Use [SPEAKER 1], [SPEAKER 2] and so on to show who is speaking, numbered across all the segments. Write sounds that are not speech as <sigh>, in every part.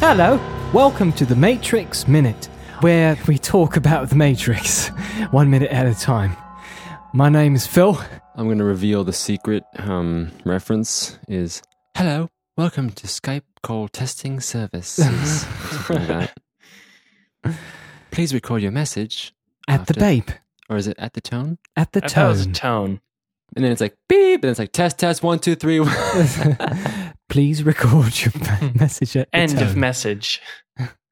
[SPEAKER 1] Hello, welcome to the Matrix Minute, where we talk about the Matrix <laughs> one minute at a time. My name is Phil.
[SPEAKER 2] I'm going to reveal the secret um, reference is hello, welcome to Skype call
[SPEAKER 1] <laughs>
[SPEAKER 2] testing services. Something like that. Please record your message,
[SPEAKER 1] At the
[SPEAKER 2] After-
[SPEAKER 1] babe,
[SPEAKER 2] or is it at the tone?
[SPEAKER 1] at the
[SPEAKER 3] I thought it was a
[SPEAKER 1] tone.
[SPEAKER 3] tone.
[SPEAKER 2] And then it's like beep, and it's like test, test, one, two, three. <laughs>
[SPEAKER 1] <laughs> Please record your <laughs> me- message at the
[SPEAKER 3] End of
[SPEAKER 1] tone.
[SPEAKER 3] message.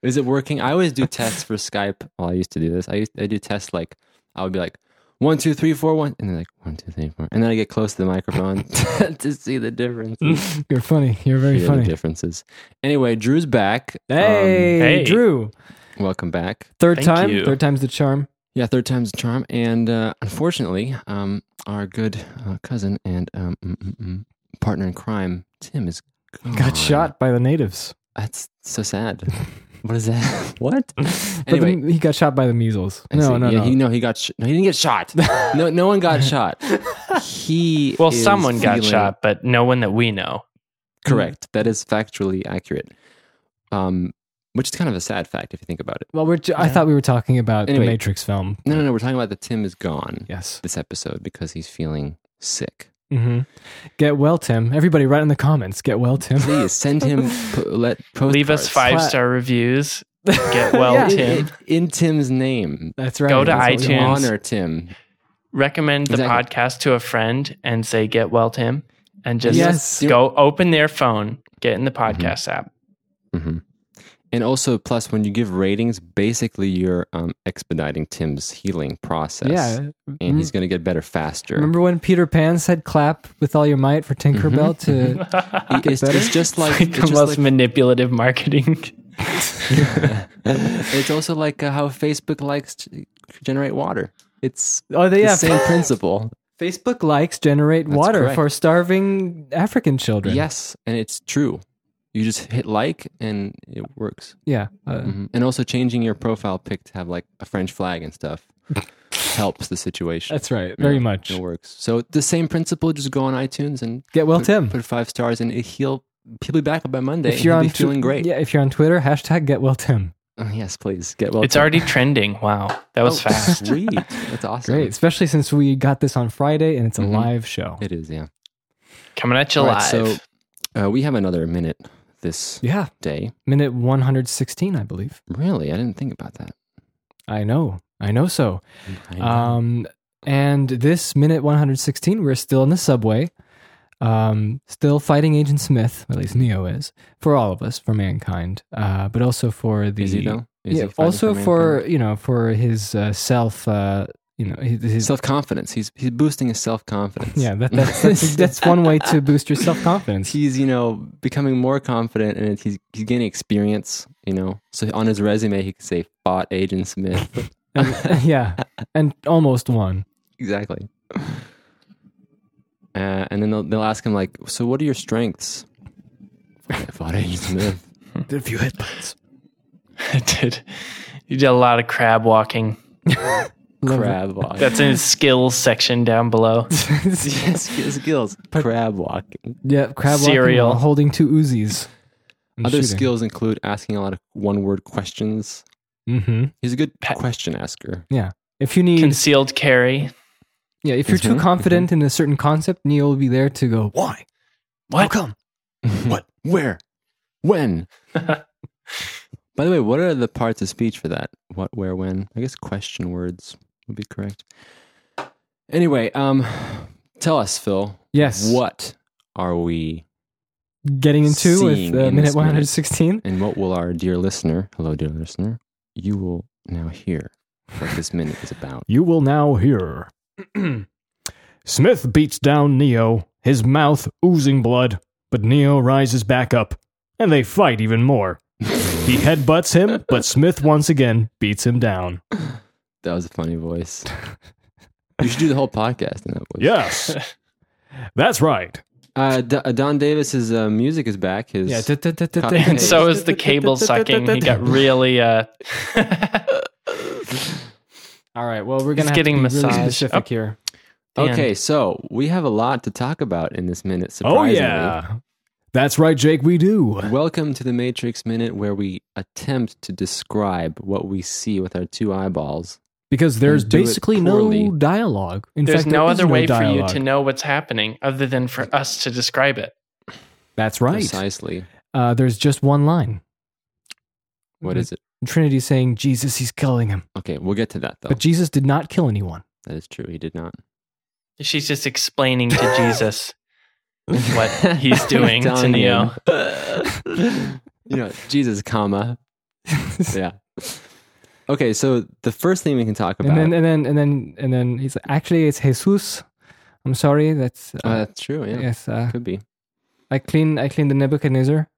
[SPEAKER 2] is it working? I always do tests for Skype. Well, I used to do this. I used I do tests like I would be like one, two, three, four, one, and then like one, two, three, four, and then I get close to the microphone <laughs> to see the differences.
[SPEAKER 1] You're funny. You're very
[SPEAKER 2] Hear the
[SPEAKER 1] funny.
[SPEAKER 2] differences. Anyway, Drew's back. Um,
[SPEAKER 1] Hey,
[SPEAKER 3] Hey.
[SPEAKER 1] Drew.
[SPEAKER 2] welcome back.
[SPEAKER 1] Third
[SPEAKER 3] Thank
[SPEAKER 1] time.
[SPEAKER 3] you.
[SPEAKER 1] Third time's the charm.
[SPEAKER 2] Yeah, third time's the charm. And uh, unfortunately, um, our good uh, cousin and um, mm, mm, mm, partner in crime, Tim, is gone.
[SPEAKER 1] Got shot by the natives.
[SPEAKER 2] That's so sad. What is that? <laughs> what?
[SPEAKER 1] <laughs> But the-
[SPEAKER 2] Anyway,
[SPEAKER 1] he got shot by the measles.
[SPEAKER 2] I
[SPEAKER 1] No,
[SPEAKER 2] see.
[SPEAKER 1] no,
[SPEAKER 2] yeah,
[SPEAKER 1] no.
[SPEAKER 2] He, no, he got. Sh- no, he didn't get shot. no, no one got shot.
[SPEAKER 1] <laughs>
[SPEAKER 2] He.
[SPEAKER 3] Well,
[SPEAKER 2] is
[SPEAKER 3] someone got
[SPEAKER 2] feeling-
[SPEAKER 3] shot, but no one that we know.
[SPEAKER 2] Correct. That is factually accurate. Um, which is kind of a sad fact if you think about it.
[SPEAKER 1] well, we're, ju- I
[SPEAKER 3] Yeah.
[SPEAKER 1] thought we were talking about
[SPEAKER 2] Anyway.
[SPEAKER 1] the Matrix film.
[SPEAKER 2] No, no, no. We're talking about the Tim is gone
[SPEAKER 1] Yes.
[SPEAKER 2] this episode because he's feeling sick.
[SPEAKER 1] hmm Get well, Tim. Everybody, write in the comments. Get well, Tim.
[SPEAKER 2] Please send him. po- let
[SPEAKER 3] Leave us
[SPEAKER 2] postcards.
[SPEAKER 3] five
[SPEAKER 2] <laughs>
[SPEAKER 3] star reviews. Get well,
[SPEAKER 1] Yeah.
[SPEAKER 3] Tim.
[SPEAKER 2] In, in Tim's name.
[SPEAKER 1] <laughs> That's right.
[SPEAKER 3] Go to
[SPEAKER 1] That's what we
[SPEAKER 3] iTunes.
[SPEAKER 1] want.
[SPEAKER 2] Honor Tim.
[SPEAKER 3] Recommend the
[SPEAKER 2] Exactly.
[SPEAKER 3] podcast to a friend and say, Get well, Tim. And just
[SPEAKER 1] Yes.
[SPEAKER 3] go open their phone, get in the podcast app.
[SPEAKER 2] hmm And also, plus, when you give ratings, basically you're um, expediting Tim's healing process.
[SPEAKER 1] Yeah. mm-hmm.
[SPEAKER 2] And he's going to get better faster.
[SPEAKER 1] Remember when Peter Pan said clap with all your might for Tinkerbell
[SPEAKER 2] Mm-hmm.
[SPEAKER 1] to
[SPEAKER 2] It- it's,
[SPEAKER 1] better?
[SPEAKER 2] it's just like,
[SPEAKER 3] Like
[SPEAKER 2] it's,
[SPEAKER 3] the
[SPEAKER 2] just
[SPEAKER 3] most
[SPEAKER 2] like-
[SPEAKER 3] manipulative marketing.
[SPEAKER 2] it's also like uh, how Facebook likes to generate water. It's
[SPEAKER 1] <laughs> Oh they
[SPEAKER 2] the
[SPEAKER 1] yeah. <laughs>
[SPEAKER 2] same principle.
[SPEAKER 1] Facebook likes generate
[SPEAKER 2] That's
[SPEAKER 1] water
[SPEAKER 2] correct.
[SPEAKER 1] for starving African children.
[SPEAKER 2] Yes, and it's true. You just hit like and it works.
[SPEAKER 1] Yeah. Uh,
[SPEAKER 2] Mhm. And also changing your profile pic to have like a French flag and
[SPEAKER 1] <laughs>
[SPEAKER 2] stuff helps the situation.
[SPEAKER 1] That's right. Very
[SPEAKER 2] Yeah,
[SPEAKER 1] much.
[SPEAKER 2] It works. So the same principle. Just go on iTunes and
[SPEAKER 1] Get well, Tim.
[SPEAKER 2] put five stars, and it- he'll he'll be back by Monday.
[SPEAKER 1] if you're
[SPEAKER 2] he'll
[SPEAKER 1] on
[SPEAKER 2] be
[SPEAKER 1] Tw-
[SPEAKER 2] feeling great.
[SPEAKER 1] yeah. If you're on Twitter, hashtag get well, Tim.
[SPEAKER 2] Oh, yes, please get well.
[SPEAKER 3] It's already trending. Wow. That was
[SPEAKER 2] Oh, <laughs>
[SPEAKER 3] fast.
[SPEAKER 2] Sweet. That's awesome.
[SPEAKER 1] Great, especially since we got this on Friday and it's a
[SPEAKER 2] Mhm.
[SPEAKER 1] live show.
[SPEAKER 2] It is. Yeah.
[SPEAKER 3] Coming at you
[SPEAKER 2] All
[SPEAKER 3] live.
[SPEAKER 2] right,
[SPEAKER 3] <laughs>
[SPEAKER 2] so uh, we have another minute this
[SPEAKER 1] Yeah,
[SPEAKER 2] day.
[SPEAKER 1] minute 116, I believe.
[SPEAKER 2] Really, I didn't think about that.
[SPEAKER 1] I know. I know so.
[SPEAKER 2] I know.
[SPEAKER 1] Um, and this minute 116, we're still in the subway, um, still fighting Agent Smith, at least Neo is, for all of us, for mankind, uh, but also for the.
[SPEAKER 2] is he though? Is
[SPEAKER 1] yeah,
[SPEAKER 2] he fighting
[SPEAKER 1] also for,
[SPEAKER 2] mankind?
[SPEAKER 1] you know, for his uh, self, uh, you know, his. his
[SPEAKER 2] self confidence. He's he's boosting his self confidence.
[SPEAKER 1] yeah, that, that's,
[SPEAKER 2] <laughs>
[SPEAKER 1] that's, that's one way to boost your self confidence.
[SPEAKER 2] he's you know becoming more confident and he's he's gaining experience you know so on his resume he could say fought agent smith
[SPEAKER 1] <laughs> yeah, and almost won.
[SPEAKER 2] exactly uh, and then they'll, they'll ask him like so what are your strengths <laughs> I fought agent smith
[SPEAKER 1] Did a few headlines.
[SPEAKER 3] I did. You did a lot of crab walking.
[SPEAKER 2] crab walk
[SPEAKER 3] That's in the skills section down below.
[SPEAKER 2] <laughs> yes skills crab walking
[SPEAKER 1] <laughs> Yeah, crab walking
[SPEAKER 3] Cereal.
[SPEAKER 1] while holding two Uzis. and
[SPEAKER 2] other
[SPEAKER 1] shooting.
[SPEAKER 2] skills include asking a lot of one word questions
[SPEAKER 1] Mhm.
[SPEAKER 2] he's a good
[SPEAKER 3] Pat-
[SPEAKER 2] question asker
[SPEAKER 1] If you need,
[SPEAKER 3] Concealed carry.
[SPEAKER 1] yeah, if you're too
[SPEAKER 2] Mhm,
[SPEAKER 1] confident in a certain concept, Neo will be there to go. Why?
[SPEAKER 3] What?
[SPEAKER 1] How
[SPEAKER 2] <laughs>
[SPEAKER 1] come?
[SPEAKER 2] what where when <laughs> By the way, what are the parts of speech for that? What, where, when? I guess question words would be correct. Anyway, um, tell us, Phil.
[SPEAKER 1] Yes.
[SPEAKER 2] What are we,
[SPEAKER 1] Getting into with
[SPEAKER 2] Seeing
[SPEAKER 1] uh,
[SPEAKER 2] in
[SPEAKER 1] minute
[SPEAKER 2] this minute.
[SPEAKER 1] 116.
[SPEAKER 2] and what will our dear listener, hello, dear listener, you will now hear what this minute is about.
[SPEAKER 1] You will now hear. <clears throat> Smith beats down Neo, his mouth oozing blood, but Neo rises back up, and they fight even more. <laughs>
[SPEAKER 2] <laughs>
[SPEAKER 1] He headbutts <laughs> him, but Smith once again beats him down.
[SPEAKER 2] That was a funny voice. You should do the whole podcast in that voice.
[SPEAKER 1] Yes. <laughs> That's right.
[SPEAKER 2] Uh, D- uh, Don Davis's uh, music is back. His
[SPEAKER 1] Yeah.
[SPEAKER 3] And so is the
[SPEAKER 1] <laughs>
[SPEAKER 3] cable sucking. He got really uh
[SPEAKER 1] All right. Well, we're gonna have
[SPEAKER 3] getting
[SPEAKER 1] to be really
[SPEAKER 3] massaged.
[SPEAKER 1] specific
[SPEAKER 3] Oh.
[SPEAKER 1] here.
[SPEAKER 3] Dan.
[SPEAKER 2] okay. So we have a lot to talk about in this minute.
[SPEAKER 1] Oh
[SPEAKER 2] Surprisingly,
[SPEAKER 1] yeah. That's right, Jake, we do.
[SPEAKER 2] Welcome to the Matrix Minute, where we attempt to describe what we see with our two eyeballs.
[SPEAKER 1] Because there's
[SPEAKER 2] And do it
[SPEAKER 1] basically
[SPEAKER 2] poorly.
[SPEAKER 1] no dialogue. In
[SPEAKER 3] There's
[SPEAKER 1] fact,
[SPEAKER 3] no
[SPEAKER 1] there is
[SPEAKER 3] other way for you
[SPEAKER 1] dialogue.
[SPEAKER 3] to know what's happening other than for us to describe it.
[SPEAKER 1] That's right.
[SPEAKER 2] Precisely.
[SPEAKER 1] Uh, there's just one line. Mm-hmm.
[SPEAKER 2] What is it?
[SPEAKER 1] Trinity saying, Jesus, he's killing him.
[SPEAKER 2] Okay, we'll get to that though.
[SPEAKER 1] But Jesus did not kill anyone.
[SPEAKER 2] that is true. He did not.
[SPEAKER 3] She's just
[SPEAKER 1] <laughs>
[SPEAKER 3] explaining to Jesus what
[SPEAKER 2] <laughs>
[SPEAKER 3] he's doing to
[SPEAKER 2] Telling
[SPEAKER 3] Neo.
[SPEAKER 2] him. <laughs> you know, Jesus, comma. Yeah. Okay, so the first thing we can talk about.
[SPEAKER 1] And then, and then, and then, and then he's like, actually, it's Jesus. I'm sorry. That's, uh,
[SPEAKER 2] oh, that's true. Yeah,
[SPEAKER 1] yes. Uh,
[SPEAKER 2] could be.
[SPEAKER 1] I clean, I clean the Nebuchadnezzar.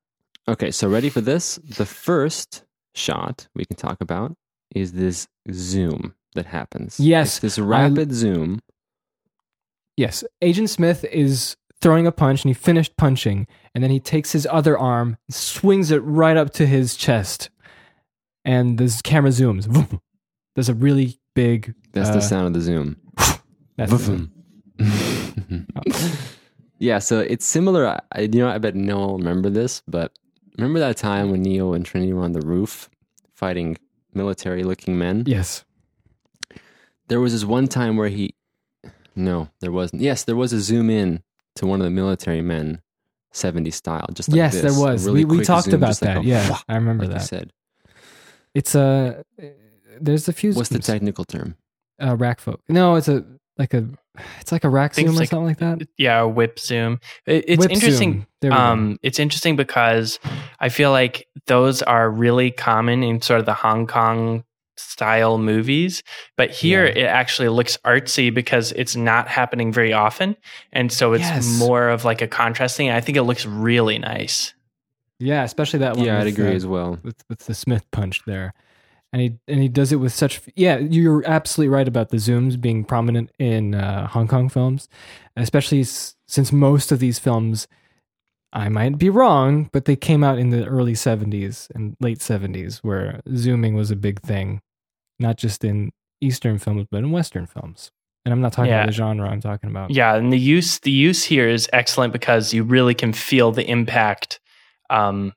[SPEAKER 2] Okay, so ready for this? The first shot we can talk about is this zoom that happens.
[SPEAKER 1] Yes,
[SPEAKER 2] It's this rapid zoom.
[SPEAKER 1] Yes. Agent Smith is throwing a punch and he finished punching. And then he takes his other arm, swings it right up to his chest. And this camera zooms. Vroom. There's a really big.
[SPEAKER 2] That's
[SPEAKER 1] uh,
[SPEAKER 2] the sound of the zoom.
[SPEAKER 1] That's
[SPEAKER 2] <laughs> yeah, so it's similar. I- I, you know, I bet no one will remember this, but remember that time when Neo and Trinity were on the roof fighting military-looking men?
[SPEAKER 1] Yes.
[SPEAKER 2] There was this one time where he, no, there wasn't. Yes, there was a zoom in to one of the military men, 70 style, just like
[SPEAKER 1] yes,
[SPEAKER 2] this.
[SPEAKER 1] there
[SPEAKER 2] A
[SPEAKER 1] was. we
[SPEAKER 2] really
[SPEAKER 1] we
[SPEAKER 2] quick
[SPEAKER 1] talked
[SPEAKER 2] zoom,
[SPEAKER 1] about
[SPEAKER 2] just like
[SPEAKER 1] that.
[SPEAKER 2] a
[SPEAKER 1] yeah. I remember
[SPEAKER 2] like you
[SPEAKER 1] that.
[SPEAKER 2] said.
[SPEAKER 1] It's a. There's a few.
[SPEAKER 2] What's the
[SPEAKER 1] zooms.
[SPEAKER 2] technical term?
[SPEAKER 1] Uh, rack folk. No, it's a. Like a, it's like a rack
[SPEAKER 3] Things
[SPEAKER 1] zoom or
[SPEAKER 3] like-
[SPEAKER 1] something like that.
[SPEAKER 3] Yeah, or whip zoom. It- It's
[SPEAKER 1] Whip
[SPEAKER 3] interesting.
[SPEAKER 1] zoom. There we go.
[SPEAKER 3] Um, it's interesting because I feel like those are really common in sort of the Hong Kong style movies, but here it actually looks artsy because it's not happening very often, and so it's
[SPEAKER 1] Yes.
[SPEAKER 3] more of like a contrast thing. I think it looks really nice.
[SPEAKER 1] yeah, especially that one.
[SPEAKER 2] Yeah, I'd
[SPEAKER 1] with,
[SPEAKER 2] agree
[SPEAKER 1] uh,
[SPEAKER 2] as well.
[SPEAKER 1] with with the Smith punch there, and he and he does it with such yeah. You're absolutely right about the zooms being prominent in uh, Hong Kong films, especially s- since most of these films, I might be wrong, but they came out in the early '70s and late '70s, where zooming was a big thing, not just in Eastern films but in Western films. And I'm not talking
[SPEAKER 3] Yeah.
[SPEAKER 1] about the genre. I'm talking about
[SPEAKER 3] Yeah, and the use the use here is excellent because you really can feel the impact um,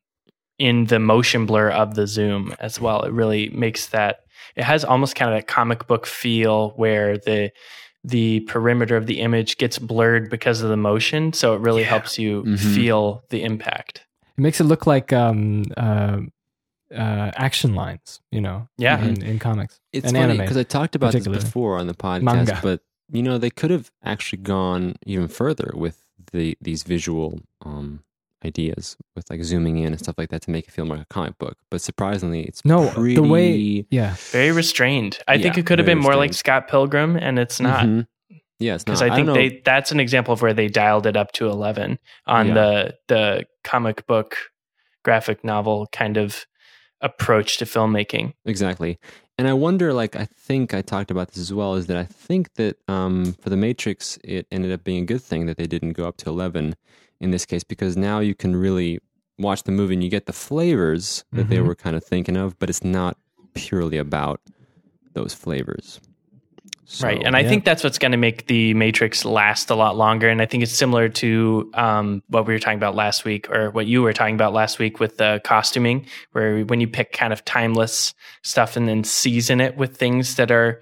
[SPEAKER 3] in the motion blur of the zoom as well. It really makes that it has almost kind of that comic book feel where the the perimeter of the image gets blurred because of the motion, so it really helps you
[SPEAKER 2] Mhm.
[SPEAKER 3] feel the impact.
[SPEAKER 1] It makes it look like um, uh, uh, action lines, you know,
[SPEAKER 3] Yeah.
[SPEAKER 1] in, in comics.
[SPEAKER 2] It's
[SPEAKER 1] and
[SPEAKER 2] funny
[SPEAKER 1] anime,
[SPEAKER 2] because I talked about this
[SPEAKER 1] particularly.
[SPEAKER 2] before on the podcast,
[SPEAKER 1] Manga.
[SPEAKER 2] but you know they could have actually gone even further with the these visual um, ideas with like zooming in and stuff like that to make it feel more like a comic book. But surprisingly, it's
[SPEAKER 1] No,
[SPEAKER 2] pretty,
[SPEAKER 1] the way
[SPEAKER 2] <laughs>
[SPEAKER 1] yeah.
[SPEAKER 3] Very restrained. I think
[SPEAKER 2] Yeah,
[SPEAKER 3] it could have
[SPEAKER 2] very
[SPEAKER 3] been more like
[SPEAKER 2] restrained.
[SPEAKER 3] Scott Pilgrim, and it's not.
[SPEAKER 2] Mhm. Yeah, it's not.
[SPEAKER 3] because I think
[SPEAKER 2] don't know.
[SPEAKER 3] they that's an example of where they dialed it up to eleven on
[SPEAKER 2] Yeah.
[SPEAKER 3] the the comic book graphic novel kind of approach to filmmaking.
[SPEAKER 2] Exactly. And I wonder, like, I think I talked about this as well, is that I think that um, for The Matrix, it ended up being a good thing that they didn't go up to 11 in this case, because now you can really watch the movie and you get the flavors that they
[SPEAKER 1] Mhm.
[SPEAKER 2] were kind of thinking of, but it's not purely about those flavors. So-
[SPEAKER 3] right. And I
[SPEAKER 1] yeah.
[SPEAKER 3] think that's what's going to make the Matrix last a lot longer. And I think it's similar to um, what we were talking about last week or what you were talking about last week with the costuming, where when you pick kind of timeless stuff and then season it with things that are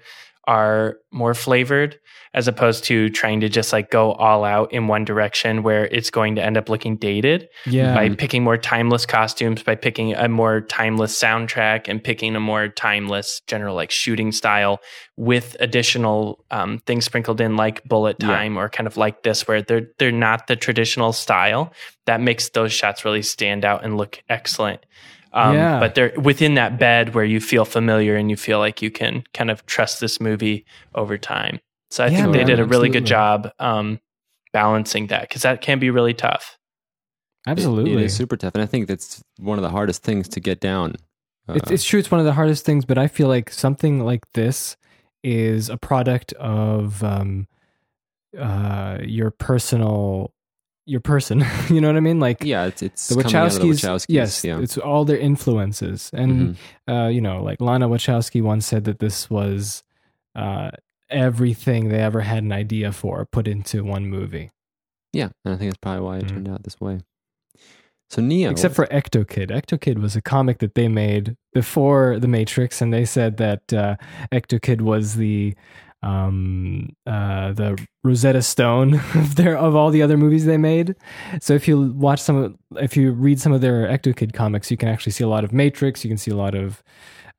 [SPEAKER 3] are more flavored as opposed to trying to just like go all out in one direction where it's going to end up looking dated
[SPEAKER 1] Yeah.
[SPEAKER 3] by picking more timeless costumes, by picking a more timeless soundtrack, and picking a more timeless general like shooting style with additional um, things sprinkled in like bullet
[SPEAKER 2] Yeah.
[SPEAKER 3] time or kind of like this, where they're they're not the traditional style. That makes those shots really stand out and look excellent. Um,
[SPEAKER 1] Yeah.
[SPEAKER 3] But they're within that bed where you feel familiar and you feel like you can kind of trust this movie over time. So I
[SPEAKER 1] Yeah,
[SPEAKER 3] think they
[SPEAKER 2] man,
[SPEAKER 3] did a really good
[SPEAKER 1] absolutely.
[SPEAKER 3] job um, balancing that because that can be really tough.
[SPEAKER 2] It-
[SPEAKER 1] Absolutely.
[SPEAKER 2] it is super tough. And I think that's one of the hardest things to get down. Uh,
[SPEAKER 1] it's, it's true. It's one of the hardest things, but I feel like something like this is a product of um, uh, your personal, your person. <laughs> you know what I mean? Like
[SPEAKER 2] yeah, it's, it's
[SPEAKER 1] the
[SPEAKER 2] coming out
[SPEAKER 1] Wachowskis.
[SPEAKER 2] of the Wachowskis.
[SPEAKER 1] yes,
[SPEAKER 2] yeah. Mm-hmm.
[SPEAKER 1] it's all their influences, and uh, you know, like Lana Wachowski once said that this was uh, everything they ever had an idea for put into one movie.
[SPEAKER 2] Yeah, and I think that's probably why it
[SPEAKER 1] Mm.
[SPEAKER 2] turned out this way. So Neo,
[SPEAKER 1] Except for Ecto Kid. Ecto Kid was a comic that they made before The Matrix, and they said that uh, Ecto Kid was the um uh the Rosetta Stone <laughs> of their of all the other movies they made. So if you watch some of, if you read some of their Ecto Kid comics, you can actually see a lot of Matrix. You can see a lot of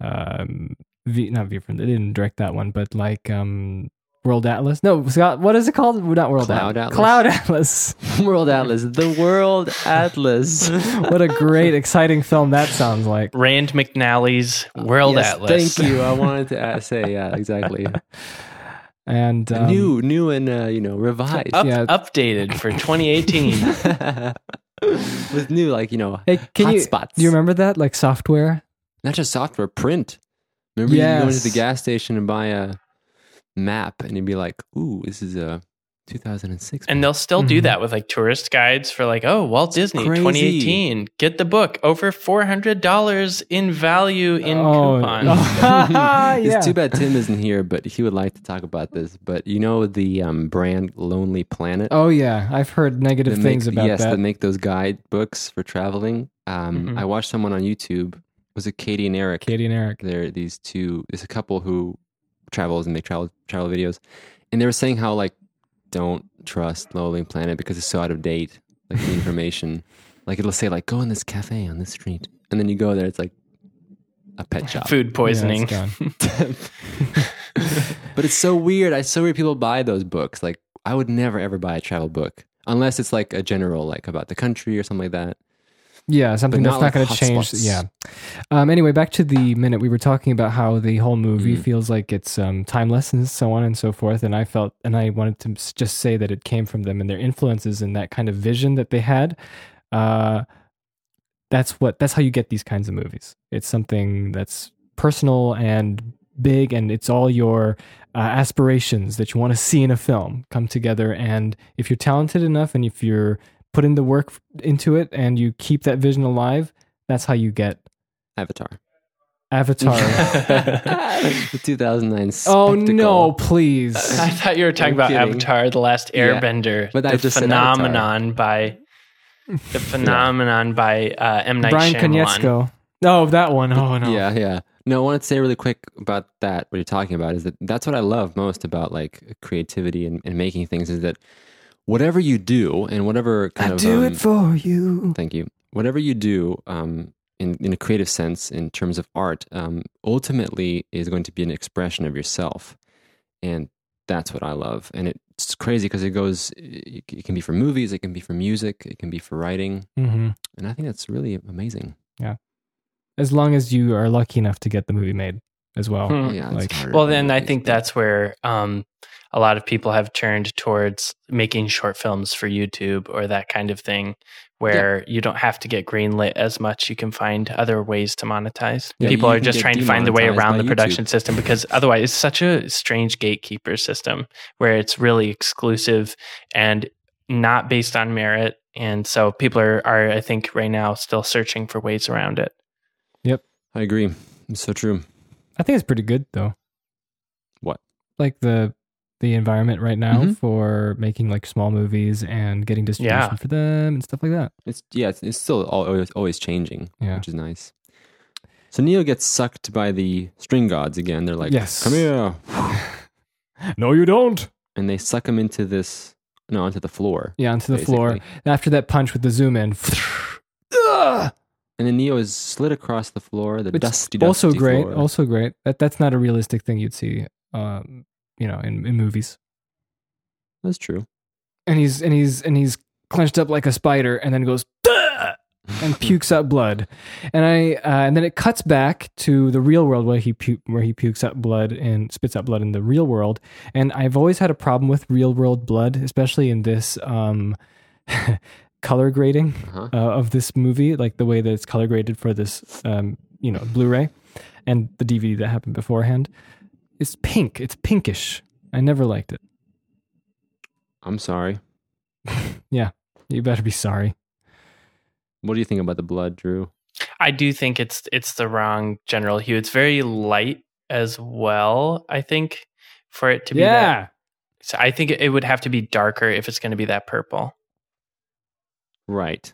[SPEAKER 1] um v, not V for they didn't direct that one, but like um World Atlas. No, Scott, what is it called? Not World
[SPEAKER 2] Cloud Atlas.
[SPEAKER 1] Cloud Atlas.
[SPEAKER 2] <laughs>
[SPEAKER 1] <laughs>
[SPEAKER 2] World Atlas, the World Atlas.
[SPEAKER 1] what a great, exciting film that sounds like.
[SPEAKER 3] Rand McNally's World
[SPEAKER 2] Yes,
[SPEAKER 3] Atlas.
[SPEAKER 2] Thank
[SPEAKER 1] <laughs>
[SPEAKER 2] you. I wanted to uh, say yeah, exactly.
[SPEAKER 1] Um, And um,
[SPEAKER 2] new, new, and uh, you know, revised.
[SPEAKER 3] Up-
[SPEAKER 1] Yeah.
[SPEAKER 2] <laughs>
[SPEAKER 3] Updated for 2018.
[SPEAKER 2] with new, like you know,
[SPEAKER 1] Hey, can you
[SPEAKER 2] hotspots.
[SPEAKER 1] do you remember that like software?
[SPEAKER 2] not just software, print. Remember, you you go into the
[SPEAKER 1] Yes.
[SPEAKER 2] gas station and buy a map, and you'd be like, "Ooh, this is a 2006."
[SPEAKER 3] and they'll still do
[SPEAKER 1] Mhm.
[SPEAKER 3] that with like tourist guides for like, oh, Walt Disney
[SPEAKER 2] Mm-hmm. crazy.
[SPEAKER 3] 2018. Get the book. Over $400 in value in
[SPEAKER 1] Oh, <laughs>
[SPEAKER 3] coupons.
[SPEAKER 1] yeah.
[SPEAKER 2] It's too bad Tim isn't here, but he would like to talk about this. But you know the um, brand Lonely Planet.
[SPEAKER 1] Oh yeah, I've heard negative
[SPEAKER 2] that
[SPEAKER 1] things
[SPEAKER 2] make-
[SPEAKER 1] about
[SPEAKER 2] yes,
[SPEAKER 1] that. Mm-hmm.
[SPEAKER 2] make those guidebooks for traveling. Um,
[SPEAKER 3] Mhm.
[SPEAKER 2] I watched someone on YouTube. Was it Katie and Eric?
[SPEAKER 1] Katie and Eric.
[SPEAKER 2] They're these two. It's a couple who travels and make travel travel videos, and they were saying how like don't trust Lonely Planet because it's so out of date. Like the
[SPEAKER 1] <laughs>
[SPEAKER 2] information, like it'll say like go in this cafe on this street, and then you go there, it's like a pet shop.
[SPEAKER 3] Food poisoning.
[SPEAKER 1] Yeah, it's gone.
[SPEAKER 2] <laughs> but it's so weird. I so weird people buy those books. Like I would never ever buy a travel book unless it's like a general, like about the country or something like that.
[SPEAKER 1] yeah something
[SPEAKER 2] But
[SPEAKER 1] that's
[SPEAKER 2] not
[SPEAKER 1] not
[SPEAKER 2] like
[SPEAKER 1] going to
[SPEAKER 2] hot
[SPEAKER 1] change.
[SPEAKER 2] spots.
[SPEAKER 1] Yeah. Um, anyway, back to the minute we were talking about how the whole movie
[SPEAKER 2] Mm.
[SPEAKER 1] feels like it's um, timeless and so on and so forth. And I felt, and I wanted to s- just say that it came from them and their influences and that kind of vision that they had. Uh, that's what. That's how you get these kinds of movies. It's something that's personal and big, and it's all your uh, aspirations that you want to see in a film come together. And if you're talented enough, and if you're put in the work f- into it, and you keep that vision alive, that's how you get
[SPEAKER 2] Avatar.
[SPEAKER 1] <laughs> Avatar.
[SPEAKER 2] the 2009.
[SPEAKER 1] oh
[SPEAKER 2] spectacle.
[SPEAKER 1] no, <laughs> please.
[SPEAKER 3] <laughs> I thought you were talking
[SPEAKER 2] I'm
[SPEAKER 3] about
[SPEAKER 2] kidding.
[SPEAKER 3] Avatar, The Last
[SPEAKER 2] Yeah,
[SPEAKER 3] Airbender.
[SPEAKER 2] but I
[SPEAKER 3] the
[SPEAKER 2] just said Avatar.
[SPEAKER 3] phenomenon by
[SPEAKER 2] <laughs>
[SPEAKER 3] the phenomenon by uh, M Night
[SPEAKER 1] Brian
[SPEAKER 3] Shyamalan.
[SPEAKER 1] Konietzko. No, that one. Oh no.
[SPEAKER 2] Yeah, yeah. No, I wanted to say really quick about that. What you're talking about is that that's what I love most about like creativity and, and making things is that whatever you do and whatever kind of um,
[SPEAKER 1] for you.
[SPEAKER 2] Thank you. Whatever you do, um, in in a creative sense, in terms of art, um, ultimately is going to be an expression of yourself, and that's what I love. And it's crazy because it goes. It, it can be for movies, it can be for music, it can be for writing,
[SPEAKER 1] hmm
[SPEAKER 2] and I think that's really amazing.
[SPEAKER 1] As long as you are lucky enough to get the movie made as well.
[SPEAKER 3] Hmm.
[SPEAKER 2] Yeah.
[SPEAKER 1] Mm, Like-
[SPEAKER 2] harder
[SPEAKER 3] Well,
[SPEAKER 2] than
[SPEAKER 3] then I
[SPEAKER 2] movies,
[SPEAKER 3] think
[SPEAKER 2] but-
[SPEAKER 3] that's where um, a lot of people have turned towards making short films for YouTube or that kind of thing, where you don't have to get greenlit as much. You can find other ways to monetize.
[SPEAKER 2] Yeah,
[SPEAKER 3] people
[SPEAKER 2] you
[SPEAKER 3] are
[SPEAKER 2] can
[SPEAKER 3] just
[SPEAKER 2] get
[SPEAKER 3] trying to find the way
[SPEAKER 2] demonetized
[SPEAKER 3] around
[SPEAKER 2] by
[SPEAKER 3] the production
[SPEAKER 2] YouTube.
[SPEAKER 3] system because
[SPEAKER 2] <laughs>
[SPEAKER 3] otherwise, it's such a strange gatekeeper system where it's really exclusive and not based on merit. And so people are, are I think, right now still searching for ways around it.
[SPEAKER 2] I agree. It's so true.
[SPEAKER 1] I think it's pretty good though.
[SPEAKER 2] What?
[SPEAKER 1] Like the the environment right now
[SPEAKER 2] Mhm.
[SPEAKER 1] for making like small movies and getting distribution
[SPEAKER 3] Yeah.
[SPEAKER 1] for them and stuff like that.
[SPEAKER 2] It's yeah. It's, it's still al- always always changing, <laughs>
[SPEAKER 1] Yeah. <laughs>
[SPEAKER 2] which is nice. So Neo gets sucked by the string gods again. They're like,
[SPEAKER 1] Yes.
[SPEAKER 2] come here,"
[SPEAKER 1] No, you don't.
[SPEAKER 2] and they suck him into this, no, onto the floor.
[SPEAKER 1] Yeah, onto the floor.
[SPEAKER 2] basically.
[SPEAKER 1] After that punch with the zoom in. <sniffs> Ugh!
[SPEAKER 2] And then Neo is slid across the floor, the
[SPEAKER 1] Which
[SPEAKER 2] dusty, dusty
[SPEAKER 1] also great.
[SPEAKER 2] floor.
[SPEAKER 1] Also great. That that's not a realistic thing you'd see um, you know, in, in movies.
[SPEAKER 2] that's true.
[SPEAKER 1] and he's and he's and he's clenched up like a spider and then goes <sniffs> "Duh!"
[SPEAKER 2] <laughs>
[SPEAKER 1] and pukes up blood and i uh, and then it cuts back to the real world where he pu- where he pukes up blood and spits out blood in the real world and i've always had a problem with real world blood especially in this um <laughs> color grading
[SPEAKER 2] Uh-huh.
[SPEAKER 1] uh, of this movie, like the way that it's color graded for this, um, you know, Blu-ray and the DVD that happened beforehand. It's pink. It's pinkish. I never liked it.
[SPEAKER 2] I'm sorry.
[SPEAKER 1] You better be sorry.
[SPEAKER 2] What do you think about the blood, Drew?
[SPEAKER 3] I do think it's it's the wrong general hue. It's very light as well. I think for it to be That. So I think it would have to be darker if it's going to be that purple.
[SPEAKER 2] Right.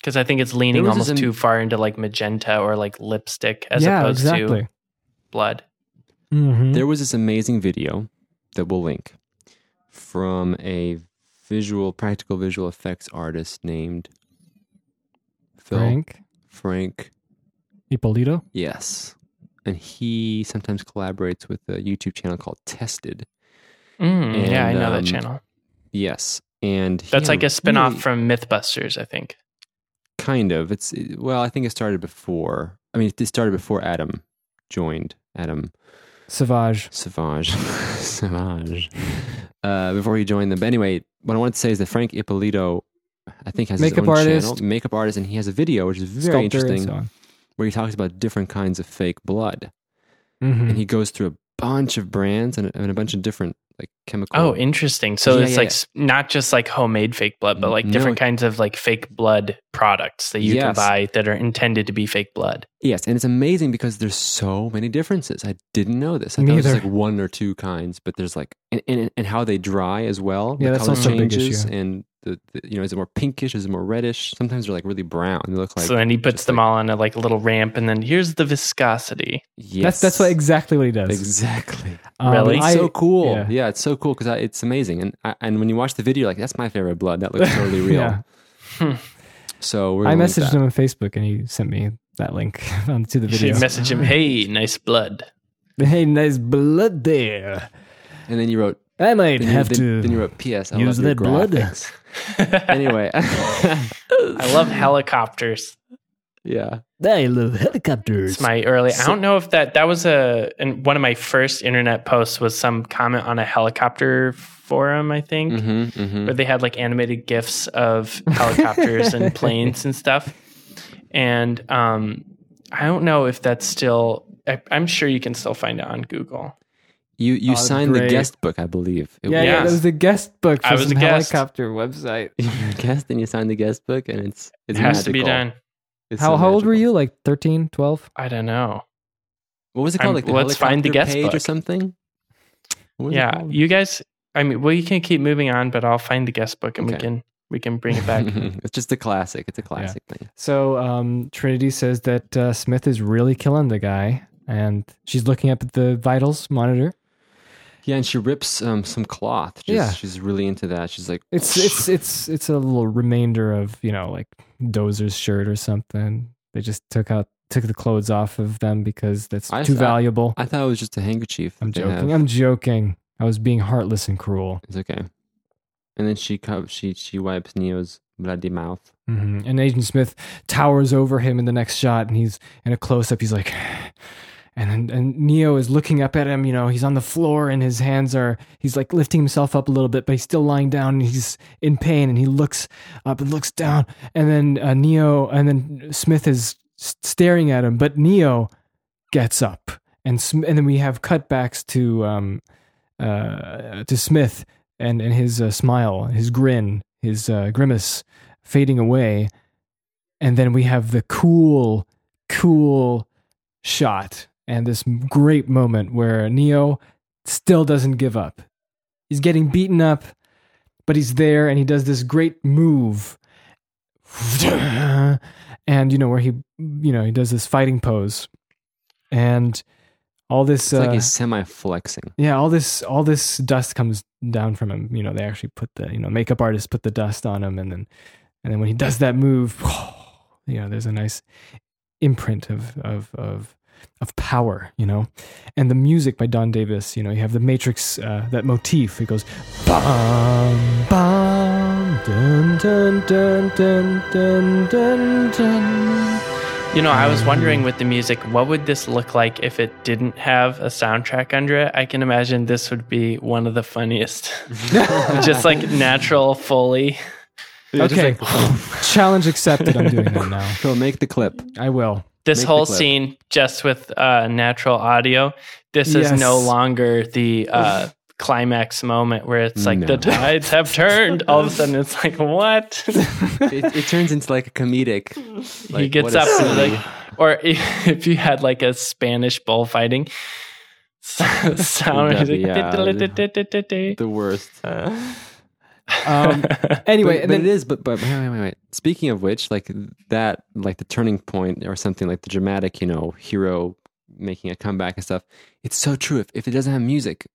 [SPEAKER 3] because I think it's leaning
[SPEAKER 2] There was
[SPEAKER 3] almost
[SPEAKER 2] this im-
[SPEAKER 3] too far into like magenta or like lipstick as
[SPEAKER 1] yeah,
[SPEAKER 3] opposed to
[SPEAKER 1] exactly.
[SPEAKER 3] blood.
[SPEAKER 1] Mhm.
[SPEAKER 2] There was this amazing video that we'll link from a visual, practical visual effects artist named Phil
[SPEAKER 1] Frank
[SPEAKER 2] Frank.
[SPEAKER 1] Ippolito.
[SPEAKER 2] Yes. And he sometimes collaborates with a YouTube channel called Tested.
[SPEAKER 3] Mm, yeah, I
[SPEAKER 2] And, um,
[SPEAKER 3] know that channel.
[SPEAKER 2] Yes. And he
[SPEAKER 3] That's
[SPEAKER 2] had
[SPEAKER 3] like a spin off
[SPEAKER 2] really-
[SPEAKER 3] from MythBusters, I think.
[SPEAKER 2] kind of it's it- well i think it started before i mean it started before adam joined adam
[SPEAKER 1] Savage.
[SPEAKER 2] savage <laughs> savage uh, before he joined them but anyway what i wanted to say is that frank ippolito i think has
[SPEAKER 1] Makeup
[SPEAKER 2] his own
[SPEAKER 1] artist.
[SPEAKER 2] channel, makeup artist and he has a video which is
[SPEAKER 1] sculptor
[SPEAKER 2] very
[SPEAKER 1] and
[SPEAKER 2] interesting
[SPEAKER 1] so on.
[SPEAKER 2] where he talks about different kinds of fake blood
[SPEAKER 1] Mhm.
[SPEAKER 2] and he goes through a bunch of brands and, and a bunch of different like chemical
[SPEAKER 3] Oh, interesting. So
[SPEAKER 2] Yeah,
[SPEAKER 3] it's
[SPEAKER 2] yeah,
[SPEAKER 3] like
[SPEAKER 2] yeah. Mm,
[SPEAKER 3] s not just like homemade fake blood, but like
[SPEAKER 2] No.
[SPEAKER 3] different kinds of like fake blood products that you can
[SPEAKER 2] Yes.
[SPEAKER 3] buy that are intended to be fake blood.
[SPEAKER 2] Yes, and it's amazing because there's so many differences. I didn't know this. I
[SPEAKER 1] Me
[SPEAKER 2] thought it was just,
[SPEAKER 1] either.
[SPEAKER 2] like one or two kinds, but there's like and, and, and how they dry as well.
[SPEAKER 1] Yeah,
[SPEAKER 2] the
[SPEAKER 1] that's
[SPEAKER 2] color
[SPEAKER 1] also a big
[SPEAKER 2] changes
[SPEAKER 1] issue.
[SPEAKER 2] and the, the you know is it more pinkish? Is it more reddish? Sometimes they're like really brown. They look like
[SPEAKER 3] so then he puts
[SPEAKER 2] just
[SPEAKER 3] them
[SPEAKER 2] like-
[SPEAKER 3] all on a like a little ramp, and then here's the viscosity.
[SPEAKER 2] yes,
[SPEAKER 1] That's that's what exactly what he does.
[SPEAKER 2] exactly.
[SPEAKER 1] Um,
[SPEAKER 3] Really?
[SPEAKER 2] It's
[SPEAKER 1] <laughs> I-
[SPEAKER 2] so cool.
[SPEAKER 1] yeah.
[SPEAKER 2] Yeah. it's so cool because it's amazing. And I, and when you watch the video, you're like that's my favorite blood. That
[SPEAKER 1] <laughs>
[SPEAKER 2] looks totally real.
[SPEAKER 1] Yeah.
[SPEAKER 2] <laughs> So we're
[SPEAKER 1] I
[SPEAKER 2] gonna link
[SPEAKER 1] messaged
[SPEAKER 2] that.
[SPEAKER 1] him on Facebook and he sent me that link <laughs> on to the
[SPEAKER 3] You should
[SPEAKER 1] video.
[SPEAKER 3] message him, hey,
[SPEAKER 2] <laughs>
[SPEAKER 3] nice blood.
[SPEAKER 1] hey, nice blood there.
[SPEAKER 2] and then you wrote
[SPEAKER 1] I might
[SPEAKER 2] then you,
[SPEAKER 1] have
[SPEAKER 2] then,
[SPEAKER 1] to.
[SPEAKER 2] then you wrote P.S. I
[SPEAKER 1] use
[SPEAKER 2] love your
[SPEAKER 1] that blood. <laughs>
[SPEAKER 2] graphics." anyway, <laughs>
[SPEAKER 3] I love helicopters.
[SPEAKER 2] yeah.
[SPEAKER 1] I love helicopters.
[SPEAKER 3] It's my early. I don't know if that that was a and one of my first internet posts was some comment on a helicopter forum. I think
[SPEAKER 2] Mm-hmm, mm-hmm.
[SPEAKER 3] where they had like animated gifs of
[SPEAKER 2] <laughs>
[SPEAKER 3] helicopters and planes and stuff. And um, I don't know if that's still. I, I'm sure you can still find it on Google.
[SPEAKER 2] You you
[SPEAKER 1] Oh,
[SPEAKER 2] signed
[SPEAKER 1] great.
[SPEAKER 2] the guest book, I believe. It
[SPEAKER 1] yeah, yeah,
[SPEAKER 3] Yeah.
[SPEAKER 1] that was the guest book for
[SPEAKER 3] I was
[SPEAKER 1] some
[SPEAKER 3] a guest.
[SPEAKER 1] helicopter
[SPEAKER 3] <laughs>
[SPEAKER 1] website.
[SPEAKER 2] You're a guest and you signed the <laughs> guest book, and it's
[SPEAKER 3] It
[SPEAKER 2] it's
[SPEAKER 3] has to be
[SPEAKER 2] magical.
[SPEAKER 3] done.
[SPEAKER 2] It's
[SPEAKER 1] how
[SPEAKER 2] so
[SPEAKER 1] how old were
[SPEAKER 2] magical.
[SPEAKER 1] you? Like 13, 12?
[SPEAKER 3] I don't know.
[SPEAKER 2] What was it
[SPEAKER 3] I'm-
[SPEAKER 2] called? Like the
[SPEAKER 3] let's find the
[SPEAKER 2] helicopter
[SPEAKER 3] guest
[SPEAKER 2] page or
[SPEAKER 3] book.
[SPEAKER 2] something. What was it
[SPEAKER 3] Yeah,
[SPEAKER 2] called?
[SPEAKER 3] you guys. I mean, well, you can keep moving on, but I'll find the guest book and we
[SPEAKER 2] Okay.
[SPEAKER 3] can we can bring
[SPEAKER 2] <laughs>
[SPEAKER 3] it back.
[SPEAKER 2] it's just a classic. It's a classic thing.
[SPEAKER 1] So um, Trinity says that uh, Smith is really killing the guy, and she's looking up at the vitals monitor.
[SPEAKER 2] Yeah, and she rips um, some cloth. She's,
[SPEAKER 1] Yeah.
[SPEAKER 2] she's really into that. She's like,
[SPEAKER 1] It's
[SPEAKER 3] <laughs>
[SPEAKER 1] it's it's it's a little remainder of you know like Dozer's shirt or something. They just took out took the clothes off of them because that's
[SPEAKER 2] I
[SPEAKER 1] too
[SPEAKER 2] thought-
[SPEAKER 1] valuable.
[SPEAKER 2] <sighs> I thought it was just a handkerchief.
[SPEAKER 1] I'm
[SPEAKER 2] that they
[SPEAKER 1] joking.
[SPEAKER 2] have."
[SPEAKER 1] I'm joking. I was being heartless and cruel.
[SPEAKER 2] It's okay. And then she co- she she wipes Neo's bloody mouth.
[SPEAKER 1] hmm And Agent Smith towers over him in the next shot, and he's in a close up. He's like, <sighs> and then and Neo is looking up at him. You know, he's on the floor, and his hands are. He's like lifting himself up a little bit, but he's still lying down. And he's in pain, and he looks up and looks down, and then uh, Neo, and then Smith is s- staring at him, but Neo gets up, and Sm- and then we have cutbacks to um uh to Smith and and his uh, smile, his grin, his uh, grimace fading away, and then we have the cool, cool shot and this great moment where Neo still doesn't give up. He's getting beaten up, but he's there and he does this great move. And you know where he you know, he does this fighting pose. And all this
[SPEAKER 2] It's like
[SPEAKER 1] uh,
[SPEAKER 2] he's semi flexing.
[SPEAKER 1] yeah, all this all this dust comes down from him. You know, they actually put the you know makeup artist put the dust on him, and then and then when he does that move, <sighs> you know, there's a nice imprint of of of of power, you know, and the music by Don Davis. You know, you have the Matrix uh, that motif. It goes bum bum dun dun dun dun dun dun dun.
[SPEAKER 3] You know, I was wondering with the music, what would this look like if it didn't have a soundtrack under it? I can imagine this would be one of the funniest. <laughs> just like natural Foley.
[SPEAKER 1] Okay, challenge accepted. I'm doing that now.
[SPEAKER 2] So make the clip.
[SPEAKER 1] I will.
[SPEAKER 3] This
[SPEAKER 2] Make the
[SPEAKER 3] whole
[SPEAKER 2] clip.
[SPEAKER 3] scene just with uh, natural audio. This is no
[SPEAKER 1] Yes.
[SPEAKER 3] longer the
[SPEAKER 2] <laughs>
[SPEAKER 3] uh, climax moment where it's like
[SPEAKER 2] No.
[SPEAKER 3] the tides have turned. All of a sudden, it's like what? <laughs>
[SPEAKER 2] It, it turns into like a comedic.
[SPEAKER 3] he
[SPEAKER 2] like,
[SPEAKER 3] gets
[SPEAKER 2] what a
[SPEAKER 3] up and
[SPEAKER 2] silly-
[SPEAKER 3] like, or <laughs> if, if you had like a Spanish bullfighting
[SPEAKER 2] <laughs>
[SPEAKER 3] sound,
[SPEAKER 2] That'd be,
[SPEAKER 3] it's
[SPEAKER 2] <laughs>
[SPEAKER 3] like,
[SPEAKER 2] the worst.
[SPEAKER 3] Uh,
[SPEAKER 1] Um, anyway,
[SPEAKER 2] but,
[SPEAKER 1] and
[SPEAKER 2] but
[SPEAKER 1] then
[SPEAKER 2] it is. But but wait, wait, wait, wait. Speaking of which, like that, like the turning point or something, like the dramatic, you know, hero making a comeback and stuff. It's so true. If if it doesn't have music,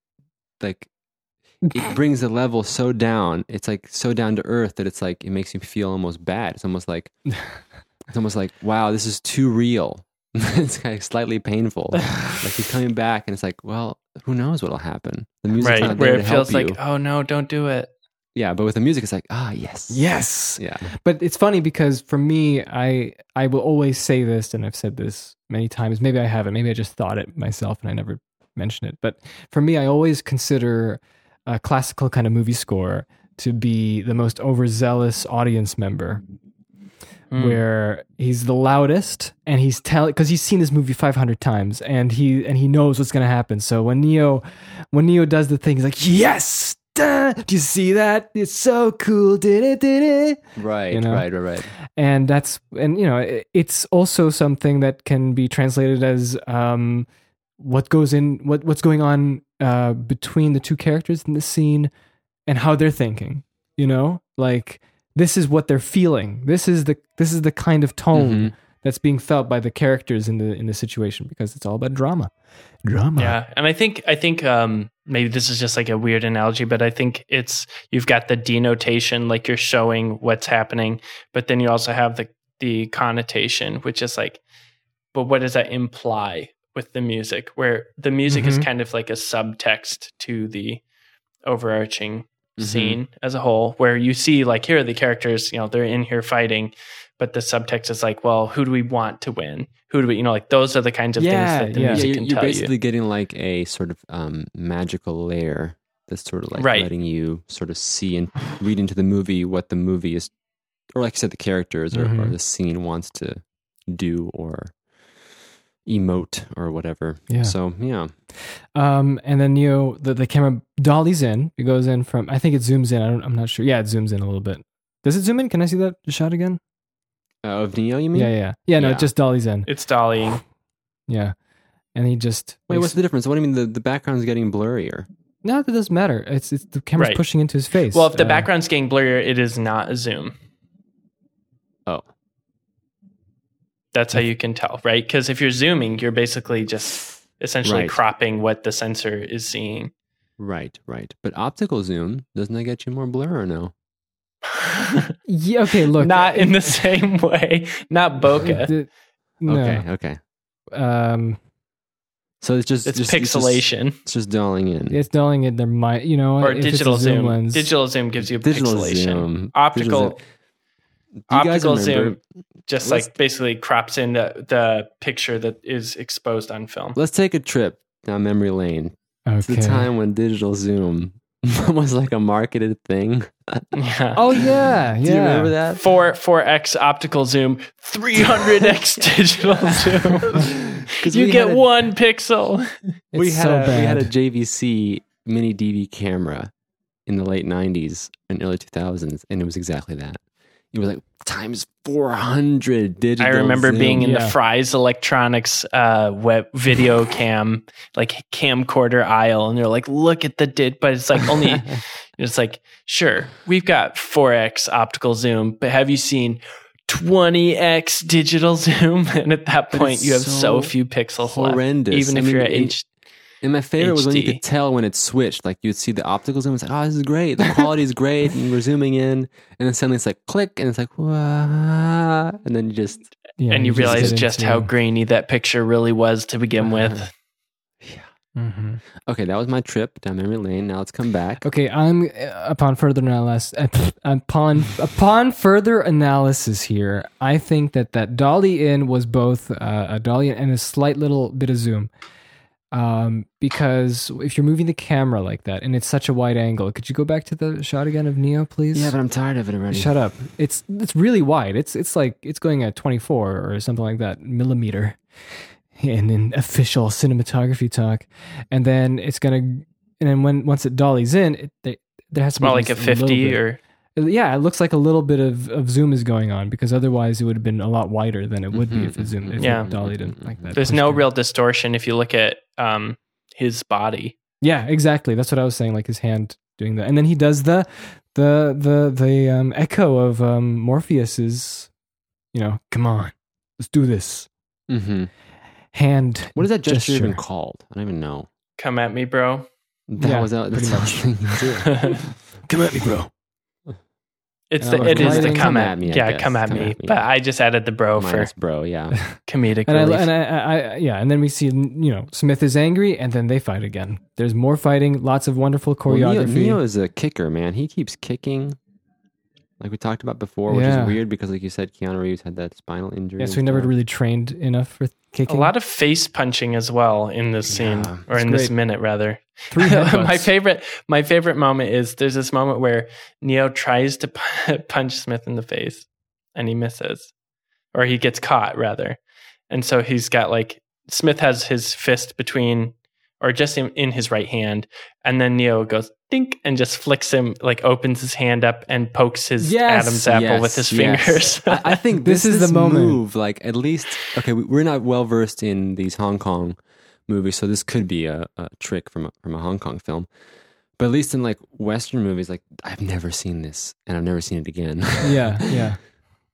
[SPEAKER 2] like
[SPEAKER 1] <laughs>
[SPEAKER 2] it brings the level so down. It's like so down to earth that it's like it makes you feel almost bad. It's almost
[SPEAKER 3] <laughs>
[SPEAKER 2] like it's almost like wow, this is too real. <laughs> it's kind of slightly painful. like he's coming back, and it's like, well, who knows what'll happen? The music's
[SPEAKER 3] <laughs> right,
[SPEAKER 2] not there
[SPEAKER 3] where
[SPEAKER 2] to
[SPEAKER 3] it feels
[SPEAKER 2] help
[SPEAKER 3] like,
[SPEAKER 2] you.
[SPEAKER 3] oh no, don't do it.
[SPEAKER 2] yeah, but with the music, it's like, ah, yes,
[SPEAKER 1] yes,
[SPEAKER 2] yeah.
[SPEAKER 1] but it's funny because for me, I I will always say this, and I've said this many times. Maybe I haven't. Maybe I just thought it myself, and I never mentioned it. But for me, I always consider a classical kind of movie score to be the most overzealous audience member
[SPEAKER 3] Mm.
[SPEAKER 1] where he's the loudest and he's telling because he's seen this movie 500 times and he and he knows what's going to happen so when neo when neo does the thing he's like yes Duh! do you see that it's so cool did it did it
[SPEAKER 2] Right,
[SPEAKER 1] You know?
[SPEAKER 2] right, right, right.
[SPEAKER 1] and that's and you know it, it's also something that can be translated as um what goes in what what's going on uh between the two characters in the scene and how they're thinking you know like this is what they're feeling this is the this is the kind of tone
[SPEAKER 2] Mhm.
[SPEAKER 1] that's being felt by the characters in the in the situation because it's all about drama drama
[SPEAKER 3] Yeah, and I think I think um, maybe this is just like a weird analogy, but I think it's you've got the denotation, like you're showing what's happening, but then you also have the the connotation, which is like, but what does that imply with the music? Where the music is
[SPEAKER 1] Mhm.
[SPEAKER 3] kind of like a subtext to the overarching
[SPEAKER 1] Mm-hmm.
[SPEAKER 2] Mhm.
[SPEAKER 3] scene as a whole, where you see like here are the characters, you know, they're in here fighting, but the subtext is like, well, who do we want to win? Who do we, you know, like those are the kinds of
[SPEAKER 1] Yeah,
[SPEAKER 3] things that the
[SPEAKER 1] yeah.
[SPEAKER 3] music
[SPEAKER 2] Yeah,
[SPEAKER 3] can
[SPEAKER 2] you're, you're
[SPEAKER 3] tell
[SPEAKER 2] basically
[SPEAKER 3] you.
[SPEAKER 2] getting like a sort of um, magical layer that's sort of like
[SPEAKER 3] Right.
[SPEAKER 2] letting you sort of see and read into the movie what the movie is, or like you said, the characters
[SPEAKER 3] Mm-hmm.
[SPEAKER 2] or, or
[SPEAKER 1] Mhm.
[SPEAKER 2] the scene wants to do or emote or whatever.
[SPEAKER 1] Yeah.
[SPEAKER 2] So yeah,
[SPEAKER 1] Um, and then Neo, the, the camera dollies in. It goes in from, I think it zooms in. I don't, I'm not sure. Yeah, it zooms in a little bit. Does it zoom in? Can I see that shot again?
[SPEAKER 2] uh, of Neo, you mean?
[SPEAKER 1] yeah, yeah. Yeah, no,
[SPEAKER 2] Yeah.
[SPEAKER 1] it just dollies in.
[SPEAKER 3] It's dollying.
[SPEAKER 1] Yeah. And he just.
[SPEAKER 2] Wait, what's the difference? What do you mean? The the background's getting blurrier.
[SPEAKER 1] No, that doesn't matter. It's, it's the camera's
[SPEAKER 3] Right.
[SPEAKER 1] pushing into his face.
[SPEAKER 3] Well, if the
[SPEAKER 1] Uh,
[SPEAKER 3] background's getting blurrier, it is not a zoom.
[SPEAKER 2] Oh.
[SPEAKER 3] That's how you can tell, right? Because if you're zooming, you're basically just essentially
[SPEAKER 2] Right.
[SPEAKER 3] cropping what the sensor is seeing.
[SPEAKER 2] <laughs> Right, right. But optical zoom doesn't that get you more blur or no?
[SPEAKER 1] Yeah, okay, look.
[SPEAKER 3] not
[SPEAKER 2] uh,
[SPEAKER 1] <laughs>
[SPEAKER 3] in the <laughs> same way. Not bokeh.
[SPEAKER 1] The- no.
[SPEAKER 2] Okay, okay.
[SPEAKER 1] Um,
[SPEAKER 2] So it's just
[SPEAKER 3] It's
[SPEAKER 2] just- It's just,
[SPEAKER 3] pixelation.
[SPEAKER 2] it's just dialing in.
[SPEAKER 1] it's dolling in their mind, you know,
[SPEAKER 3] or
[SPEAKER 1] if it's a
[SPEAKER 3] digital
[SPEAKER 1] zoom,
[SPEAKER 3] zoom.
[SPEAKER 1] lens.
[SPEAKER 3] Digital zoom gives you
[SPEAKER 2] Digital
[SPEAKER 3] pixelation.
[SPEAKER 2] zoom. Digital
[SPEAKER 3] Optical
[SPEAKER 2] zoom. Do you guys
[SPEAKER 3] optical
[SPEAKER 2] remember-
[SPEAKER 3] zoom just
[SPEAKER 2] Let's-
[SPEAKER 3] like basically crops in the, the picture that is exposed on film.
[SPEAKER 2] Let's take a trip down memory lane to
[SPEAKER 1] Okay.
[SPEAKER 2] the time when digital zoom <laughs> was like a marketed thing.
[SPEAKER 3] <laughs> Yeah.
[SPEAKER 1] Oh, yeah. Yeah.
[SPEAKER 2] <laughs> Do you remember that?
[SPEAKER 3] 4 4x optical zoom,
[SPEAKER 2] <laughs>
[SPEAKER 3] 300x digital <laughs> zoom.
[SPEAKER 2] 'Cause
[SPEAKER 3] you
[SPEAKER 2] we
[SPEAKER 3] get
[SPEAKER 2] had a-
[SPEAKER 3] one pixel.
[SPEAKER 1] It's
[SPEAKER 2] we had
[SPEAKER 1] so
[SPEAKER 2] a, we had a
[SPEAKER 1] bad.
[SPEAKER 2] JVC mini DV camera in the late '90s and early 2000s, and it was exactly that. It was like times 400 digital.
[SPEAKER 3] I remember
[SPEAKER 2] zoom.
[SPEAKER 3] being in the
[SPEAKER 1] Yeah.
[SPEAKER 3] Fry's Electronics uh, web video cam, like camcorder aisle, and they're like, "Look at the did," but it's like only,
[SPEAKER 2] <laughs>
[SPEAKER 3] it's like, sure, we've got four x optical zoom, but have you seen twenty x digital <laughs> zoom? And at that
[SPEAKER 2] But
[SPEAKER 3] point,
[SPEAKER 2] it's
[SPEAKER 3] you have
[SPEAKER 2] so
[SPEAKER 3] so, few pixels
[SPEAKER 2] horrendous.
[SPEAKER 3] left,
[SPEAKER 2] I
[SPEAKER 3] even if
[SPEAKER 2] mean,
[SPEAKER 3] you're at
[SPEAKER 2] it-
[SPEAKER 3] H.
[SPEAKER 2] And my favorite was when you
[SPEAKER 3] HD.
[SPEAKER 2] could tell when it switched. Like you'd see the optical zoom, it's like, oh, this is great. The quality is great. And we're zooming in. And then suddenly it's like click and it's like, "Wah." and then you just
[SPEAKER 1] Yeah,
[SPEAKER 3] and you,
[SPEAKER 1] just
[SPEAKER 3] realize
[SPEAKER 1] get
[SPEAKER 3] just
[SPEAKER 1] into- Uh,
[SPEAKER 3] how grainy that picture really was to begin with.
[SPEAKER 1] Mhm.
[SPEAKER 2] Okay, that was my trip down memory lane. Now let's come back.
[SPEAKER 1] Okay, I'm uh, upon further analysis. uh, Upon upon further analysis here, I think that that dolly in was both uh, a dolly in and a slight little bit of zoom, um, because if you're moving the camera like that and it's such a wide angle, could you go back to the shot again of Neo, please?
[SPEAKER 2] Yeah, but I'm tired of it already.
[SPEAKER 1] Shut up! It's it's really wide. It's it's like it's going at 24 or something like that millimeter, <laughs> in in official cinematography talk, and then it's gonna and then when once it dollies in, it, they, there has to be
[SPEAKER 3] More
[SPEAKER 1] at
[SPEAKER 3] like a
[SPEAKER 1] least little
[SPEAKER 3] fifty
[SPEAKER 1] bit-
[SPEAKER 3] or
[SPEAKER 1] yeah, it looks like a little bit of, of zoom is going on because otherwise it would have been a lot wider than it would be if it zoomed if
[SPEAKER 3] Mm-hmm. Yeah.
[SPEAKER 1] it dollied in like that.
[SPEAKER 3] there's
[SPEAKER 1] pushed
[SPEAKER 3] no
[SPEAKER 1] in.
[SPEAKER 3] real distortion if you look at um, his body.
[SPEAKER 1] yeah exactly that's what I was saying like his hand doing that and then he does the the the the um, echo of um, Morpheus's, you know, come on, let's do this
[SPEAKER 2] Mm-hmm.
[SPEAKER 1] hand.
[SPEAKER 2] What is that gesture,
[SPEAKER 1] Gesture.
[SPEAKER 2] even called? I don't even know.
[SPEAKER 3] Come at me, bro. <laughs>
[SPEAKER 2] That
[SPEAKER 1] Yeah,
[SPEAKER 2] was out.
[SPEAKER 1] pretty
[SPEAKER 2] That's how
[SPEAKER 1] much.
[SPEAKER 2] <laughs> thing you
[SPEAKER 1] Uh,
[SPEAKER 2] do.
[SPEAKER 1] Come at me, bro.
[SPEAKER 3] It's
[SPEAKER 1] Oh,
[SPEAKER 3] the, it is the
[SPEAKER 1] right.
[SPEAKER 3] come at me.
[SPEAKER 2] I
[SPEAKER 3] Yeah,
[SPEAKER 2] guess.
[SPEAKER 3] come at
[SPEAKER 2] Come
[SPEAKER 3] me.
[SPEAKER 2] at me.
[SPEAKER 3] But I just added the bro for
[SPEAKER 2] Minus bro, yeah.
[SPEAKER 3] comedic
[SPEAKER 1] And I,
[SPEAKER 3] relief.
[SPEAKER 1] and I, I, I, yeah, and then we see you know Smith is angry, and then they fight again. There's more fighting, lots of wonderful
[SPEAKER 2] Well, Neo,
[SPEAKER 1] choreography.
[SPEAKER 2] Neo is a kicker, man. He keeps kicking, like we talked about before, which
[SPEAKER 1] Yeah.
[SPEAKER 2] is weird because, like you said, Keanu Reeves had that spinal injury.
[SPEAKER 1] yeah, so
[SPEAKER 2] and
[SPEAKER 1] we never
[SPEAKER 2] stuff.
[SPEAKER 1] really trained enough for
[SPEAKER 3] a
[SPEAKER 1] kicking.
[SPEAKER 3] lot of face punching as well in this scene,
[SPEAKER 2] Yeah,
[SPEAKER 3] or in this
[SPEAKER 1] great.
[SPEAKER 3] minute rather. <laughs>
[SPEAKER 1] Three headbutts.
[SPEAKER 3] my favorite, my favorite moment is there's this moment where Neo tries to pu- <laughs> punch Smith in the face, and he misses, or he gets caught rather, and so he's got like Smith has his fist between, or just in, in his right hand, and then Neo goes dink and just flicks him, like opens his hand up and pokes his
[SPEAKER 1] Yes!
[SPEAKER 3] Adam's apple with his
[SPEAKER 2] Yes, yes.
[SPEAKER 3] fingers.
[SPEAKER 2] <laughs>
[SPEAKER 3] <laughs>
[SPEAKER 2] I, I
[SPEAKER 1] <laughs>
[SPEAKER 2] think
[SPEAKER 1] This
[SPEAKER 2] this,
[SPEAKER 1] is the
[SPEAKER 2] this
[SPEAKER 1] moment.
[SPEAKER 2] Move, like at least, okay, we, we're not well versed in these Hong Kong movies, so this could be a, a trick from a, from a Hong Kong film. But at least in like Western movies, like I've never seen this, and I've never seen it again.
[SPEAKER 1] yeah, yeah,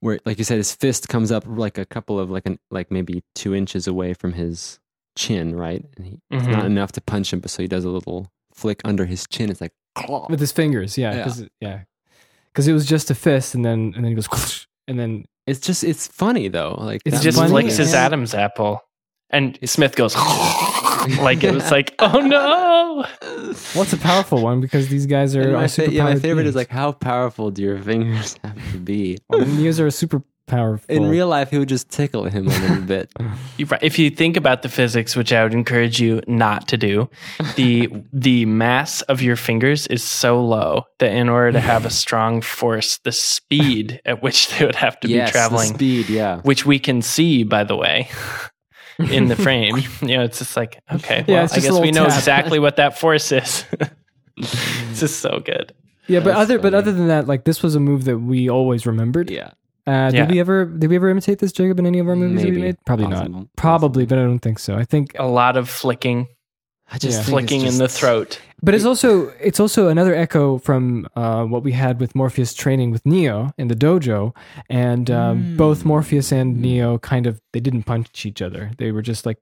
[SPEAKER 2] where like you said his fist comes up like a couple of like an like maybe two inches away from his chin right and he, it's
[SPEAKER 3] Mhm.
[SPEAKER 2] not enough to punch him but so he does a little flick under his chin it's like claw.
[SPEAKER 1] with his fingers. Yeah,
[SPEAKER 2] Yeah.
[SPEAKER 1] because yeah, because it was just a fist, and then and then he goes, <laughs> and then
[SPEAKER 2] it's just it's funny though like
[SPEAKER 1] It's
[SPEAKER 3] He
[SPEAKER 2] that
[SPEAKER 3] just
[SPEAKER 1] funny
[SPEAKER 3] flicks his
[SPEAKER 1] and-
[SPEAKER 3] Adam's apple, and Smith goes <laughs> like
[SPEAKER 2] <laughs>
[SPEAKER 3] it was like, oh no.
[SPEAKER 1] what's a powerful one because these guys are,
[SPEAKER 2] And
[SPEAKER 1] are
[SPEAKER 2] my, fa-
[SPEAKER 1] super.
[SPEAKER 2] yeah, my favorite is like how powerful do your <laughs> fingers have to be
[SPEAKER 1] Neos are super powerful.
[SPEAKER 2] in real life he would just tickle him a little
[SPEAKER 3] <laughs>
[SPEAKER 2] bit
[SPEAKER 3] You- If you think about the physics, which I would encourage you not to do,
[SPEAKER 1] <laughs>
[SPEAKER 3] the the mass of your fingers is so low that in order to
[SPEAKER 1] <sighs>
[SPEAKER 3] have a strong force, the speed at which they would have to
[SPEAKER 2] yes
[SPEAKER 3] be
[SPEAKER 2] the
[SPEAKER 3] traveling,
[SPEAKER 2] speed yeah
[SPEAKER 3] which we can see by the way
[SPEAKER 1] <laughs>
[SPEAKER 3] in the frame, you know, it's just like okay,
[SPEAKER 1] Yeah,
[SPEAKER 3] well,
[SPEAKER 1] it's
[SPEAKER 3] I
[SPEAKER 1] just a
[SPEAKER 3] guess we
[SPEAKER 1] little
[SPEAKER 3] know
[SPEAKER 1] tap.
[SPEAKER 3] exactly what that force is. <laughs> it's just so good.
[SPEAKER 1] yeah, but
[SPEAKER 2] That's
[SPEAKER 1] other but
[SPEAKER 2] funny.
[SPEAKER 1] other than that, like this was a move that we always remembered.
[SPEAKER 2] yeah
[SPEAKER 1] Uh, did
[SPEAKER 3] Yeah.
[SPEAKER 1] we ever did we ever imitate this, Jacob, in any of our movies that we
[SPEAKER 2] Maybe.
[SPEAKER 1] made? Probably not.
[SPEAKER 2] Possible.
[SPEAKER 1] Probably, but I don't think so. I think,
[SPEAKER 3] A lot of flicking,
[SPEAKER 2] I just
[SPEAKER 1] Yeah.
[SPEAKER 2] think it's
[SPEAKER 3] flicking in the
[SPEAKER 2] just-
[SPEAKER 3] throat.
[SPEAKER 1] but it's also it's also another echo from uh, what we had with Morpheus training with Neo in the dojo, and um,
[SPEAKER 2] Mm.
[SPEAKER 1] both Morpheus and
[SPEAKER 2] Mm.
[SPEAKER 1] Neo kind of they didn't punch each other; they were just like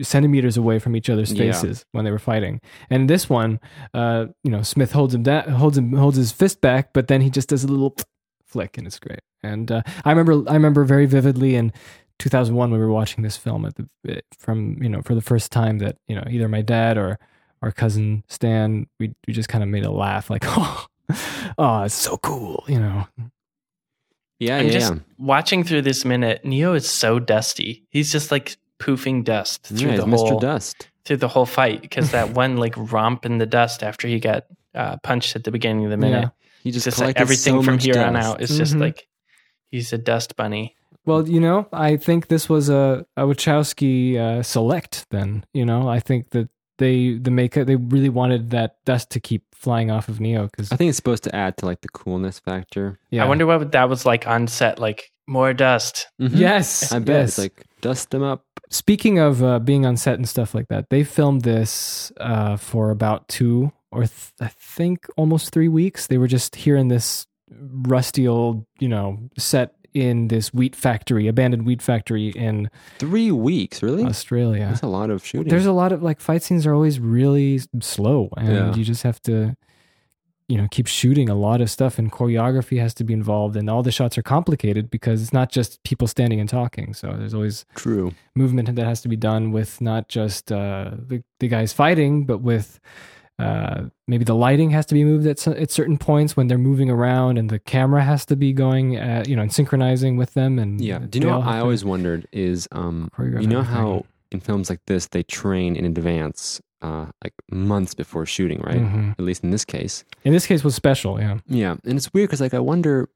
[SPEAKER 1] centimeters away from each other's
[SPEAKER 2] Yeah.
[SPEAKER 1] faces when they were fighting. And this one, uh, you know, Smith holds him that holds him holds his fist back, but then he just does a little flick, and it's great. And uh, I remember I remember very vividly in 2001 when we were watching this film at the from you know for the first time that you know either my dad or our cousin Stan we we just kind of made a laugh like <laughs> oh. Oh, it's so cool, you know.
[SPEAKER 2] yeah
[SPEAKER 3] I'm
[SPEAKER 2] yeah,
[SPEAKER 3] just
[SPEAKER 2] yeah.
[SPEAKER 3] watching through this minute. Neo is so dusty. He's just like poofing dust through
[SPEAKER 2] Yeah,
[SPEAKER 3] the
[SPEAKER 2] it's Mr.
[SPEAKER 3] whole
[SPEAKER 2] Dust.
[SPEAKER 3] through the whole fight because
[SPEAKER 2] <laughs>
[SPEAKER 3] that one like romp in the dust after he got uh, punched at the beginning of the minute.
[SPEAKER 2] He just,
[SPEAKER 3] It's just like
[SPEAKER 2] collected
[SPEAKER 3] everything
[SPEAKER 2] so
[SPEAKER 3] from
[SPEAKER 2] much
[SPEAKER 3] here on
[SPEAKER 2] dust. Mm-hmm.
[SPEAKER 3] out is just
[SPEAKER 1] Mhm.
[SPEAKER 3] like he's a dust bunny.
[SPEAKER 1] Well, you know, I think this was a, a Wachowski uh, select. Then, you know, I think that they the make they really wanted that dust to keep flying off of Neo because
[SPEAKER 2] I think it's supposed to add to like the coolness factor.
[SPEAKER 1] yeah,
[SPEAKER 3] I wonder what that was like on set. Like more dust.
[SPEAKER 1] Yes,
[SPEAKER 2] Mm-hmm. I bet
[SPEAKER 1] yes.
[SPEAKER 2] it's like dust them up.
[SPEAKER 1] speaking of uh, being on set and stuff like that, they filmed this uh, for about two or th- I think almost three weeks. They were just here in this rusty old, you know, set in this wheat factory, abandoned wheat factory in
[SPEAKER 2] Three weeks, really?
[SPEAKER 1] Australia.
[SPEAKER 2] That's a lot of shooting.
[SPEAKER 1] There's a lot of like fight scenes are always really s- slow, and
[SPEAKER 2] Yeah.
[SPEAKER 1] you just have to, you know, keep shooting a lot of stuff, and choreography has to be involved, and all the shots are complicated because it's not just people standing and talking. So there's always
[SPEAKER 2] true.
[SPEAKER 1] movement that has to be done with not just uh, the the guys fighting, but with uh, maybe the lighting has to be moved at, cer- at certain points when they're moving around, and the camera has to be going, uh, you know, and synchronizing with them. And
[SPEAKER 2] Yeah. Do
[SPEAKER 1] they
[SPEAKER 2] you know
[SPEAKER 1] all
[SPEAKER 2] what
[SPEAKER 1] have
[SPEAKER 2] I
[SPEAKER 1] to
[SPEAKER 2] always wondered is um
[SPEAKER 1] choreograph
[SPEAKER 2] you know
[SPEAKER 1] everything.
[SPEAKER 2] how in films like this they train in advance, uh like months before shooting, right?
[SPEAKER 1] Mhm.
[SPEAKER 2] At least in this case.
[SPEAKER 1] in this case was special, yeah.
[SPEAKER 2] Yeah, and it's weird because like I wonder,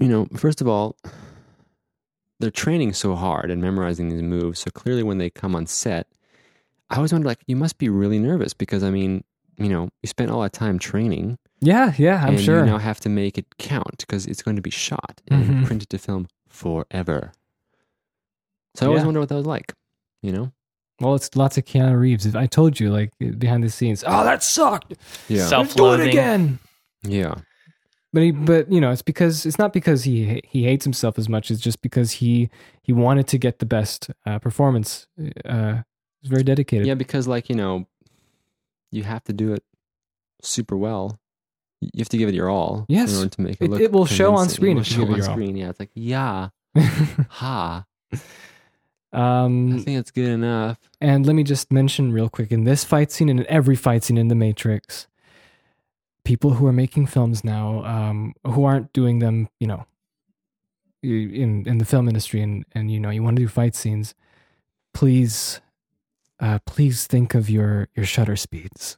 [SPEAKER 2] you know, first of all, they're training so hard and memorizing these moves, so clearly when they come on set, I always wonder like you must be really nervous because I mean, you know, you spent all that time training,
[SPEAKER 1] Yeah, yeah, I'm
[SPEAKER 2] and
[SPEAKER 1] sure.
[SPEAKER 2] you now have to make it count because it's going to be shot and
[SPEAKER 1] Mhm.
[SPEAKER 2] printed to film forever. So I always
[SPEAKER 1] Yeah.
[SPEAKER 2] wonder what that was like, you know?
[SPEAKER 1] Well, it's lots of Keanu Reeves. I told uh, you, like behind the scenes. Oh, that sucked.
[SPEAKER 2] Yeah,
[SPEAKER 3] So-
[SPEAKER 1] Let's do it
[SPEAKER 3] Self-loathing.
[SPEAKER 1] again.
[SPEAKER 2] yeah.
[SPEAKER 1] But he, but you know, it's because it's not because he he hates himself as much. It's just because he he wanted to get the best uh, performance. Uh, he's very dedicated.
[SPEAKER 2] Yeah, because like you know, you have to do it super well. You have to give it your all.
[SPEAKER 1] Yes.
[SPEAKER 2] in order to make it
[SPEAKER 1] It-
[SPEAKER 2] look.
[SPEAKER 1] it will show on
[SPEAKER 2] convincing.
[SPEAKER 1] screen
[SPEAKER 2] It will
[SPEAKER 1] if you
[SPEAKER 2] show
[SPEAKER 1] give it
[SPEAKER 2] on
[SPEAKER 1] your all.
[SPEAKER 2] screen. Yeah, it's like yeah, ha. I
[SPEAKER 1] <laughs> um,
[SPEAKER 2] think it's good enough.
[SPEAKER 1] And let me just mention real quick in this fight scene and in every fight scene in The Matrix, people who are making films now, um, who aren't doing them, you know, in in the film industry, and and you know, you want to do fight scenes, please, uh, please think of your your shutter speeds,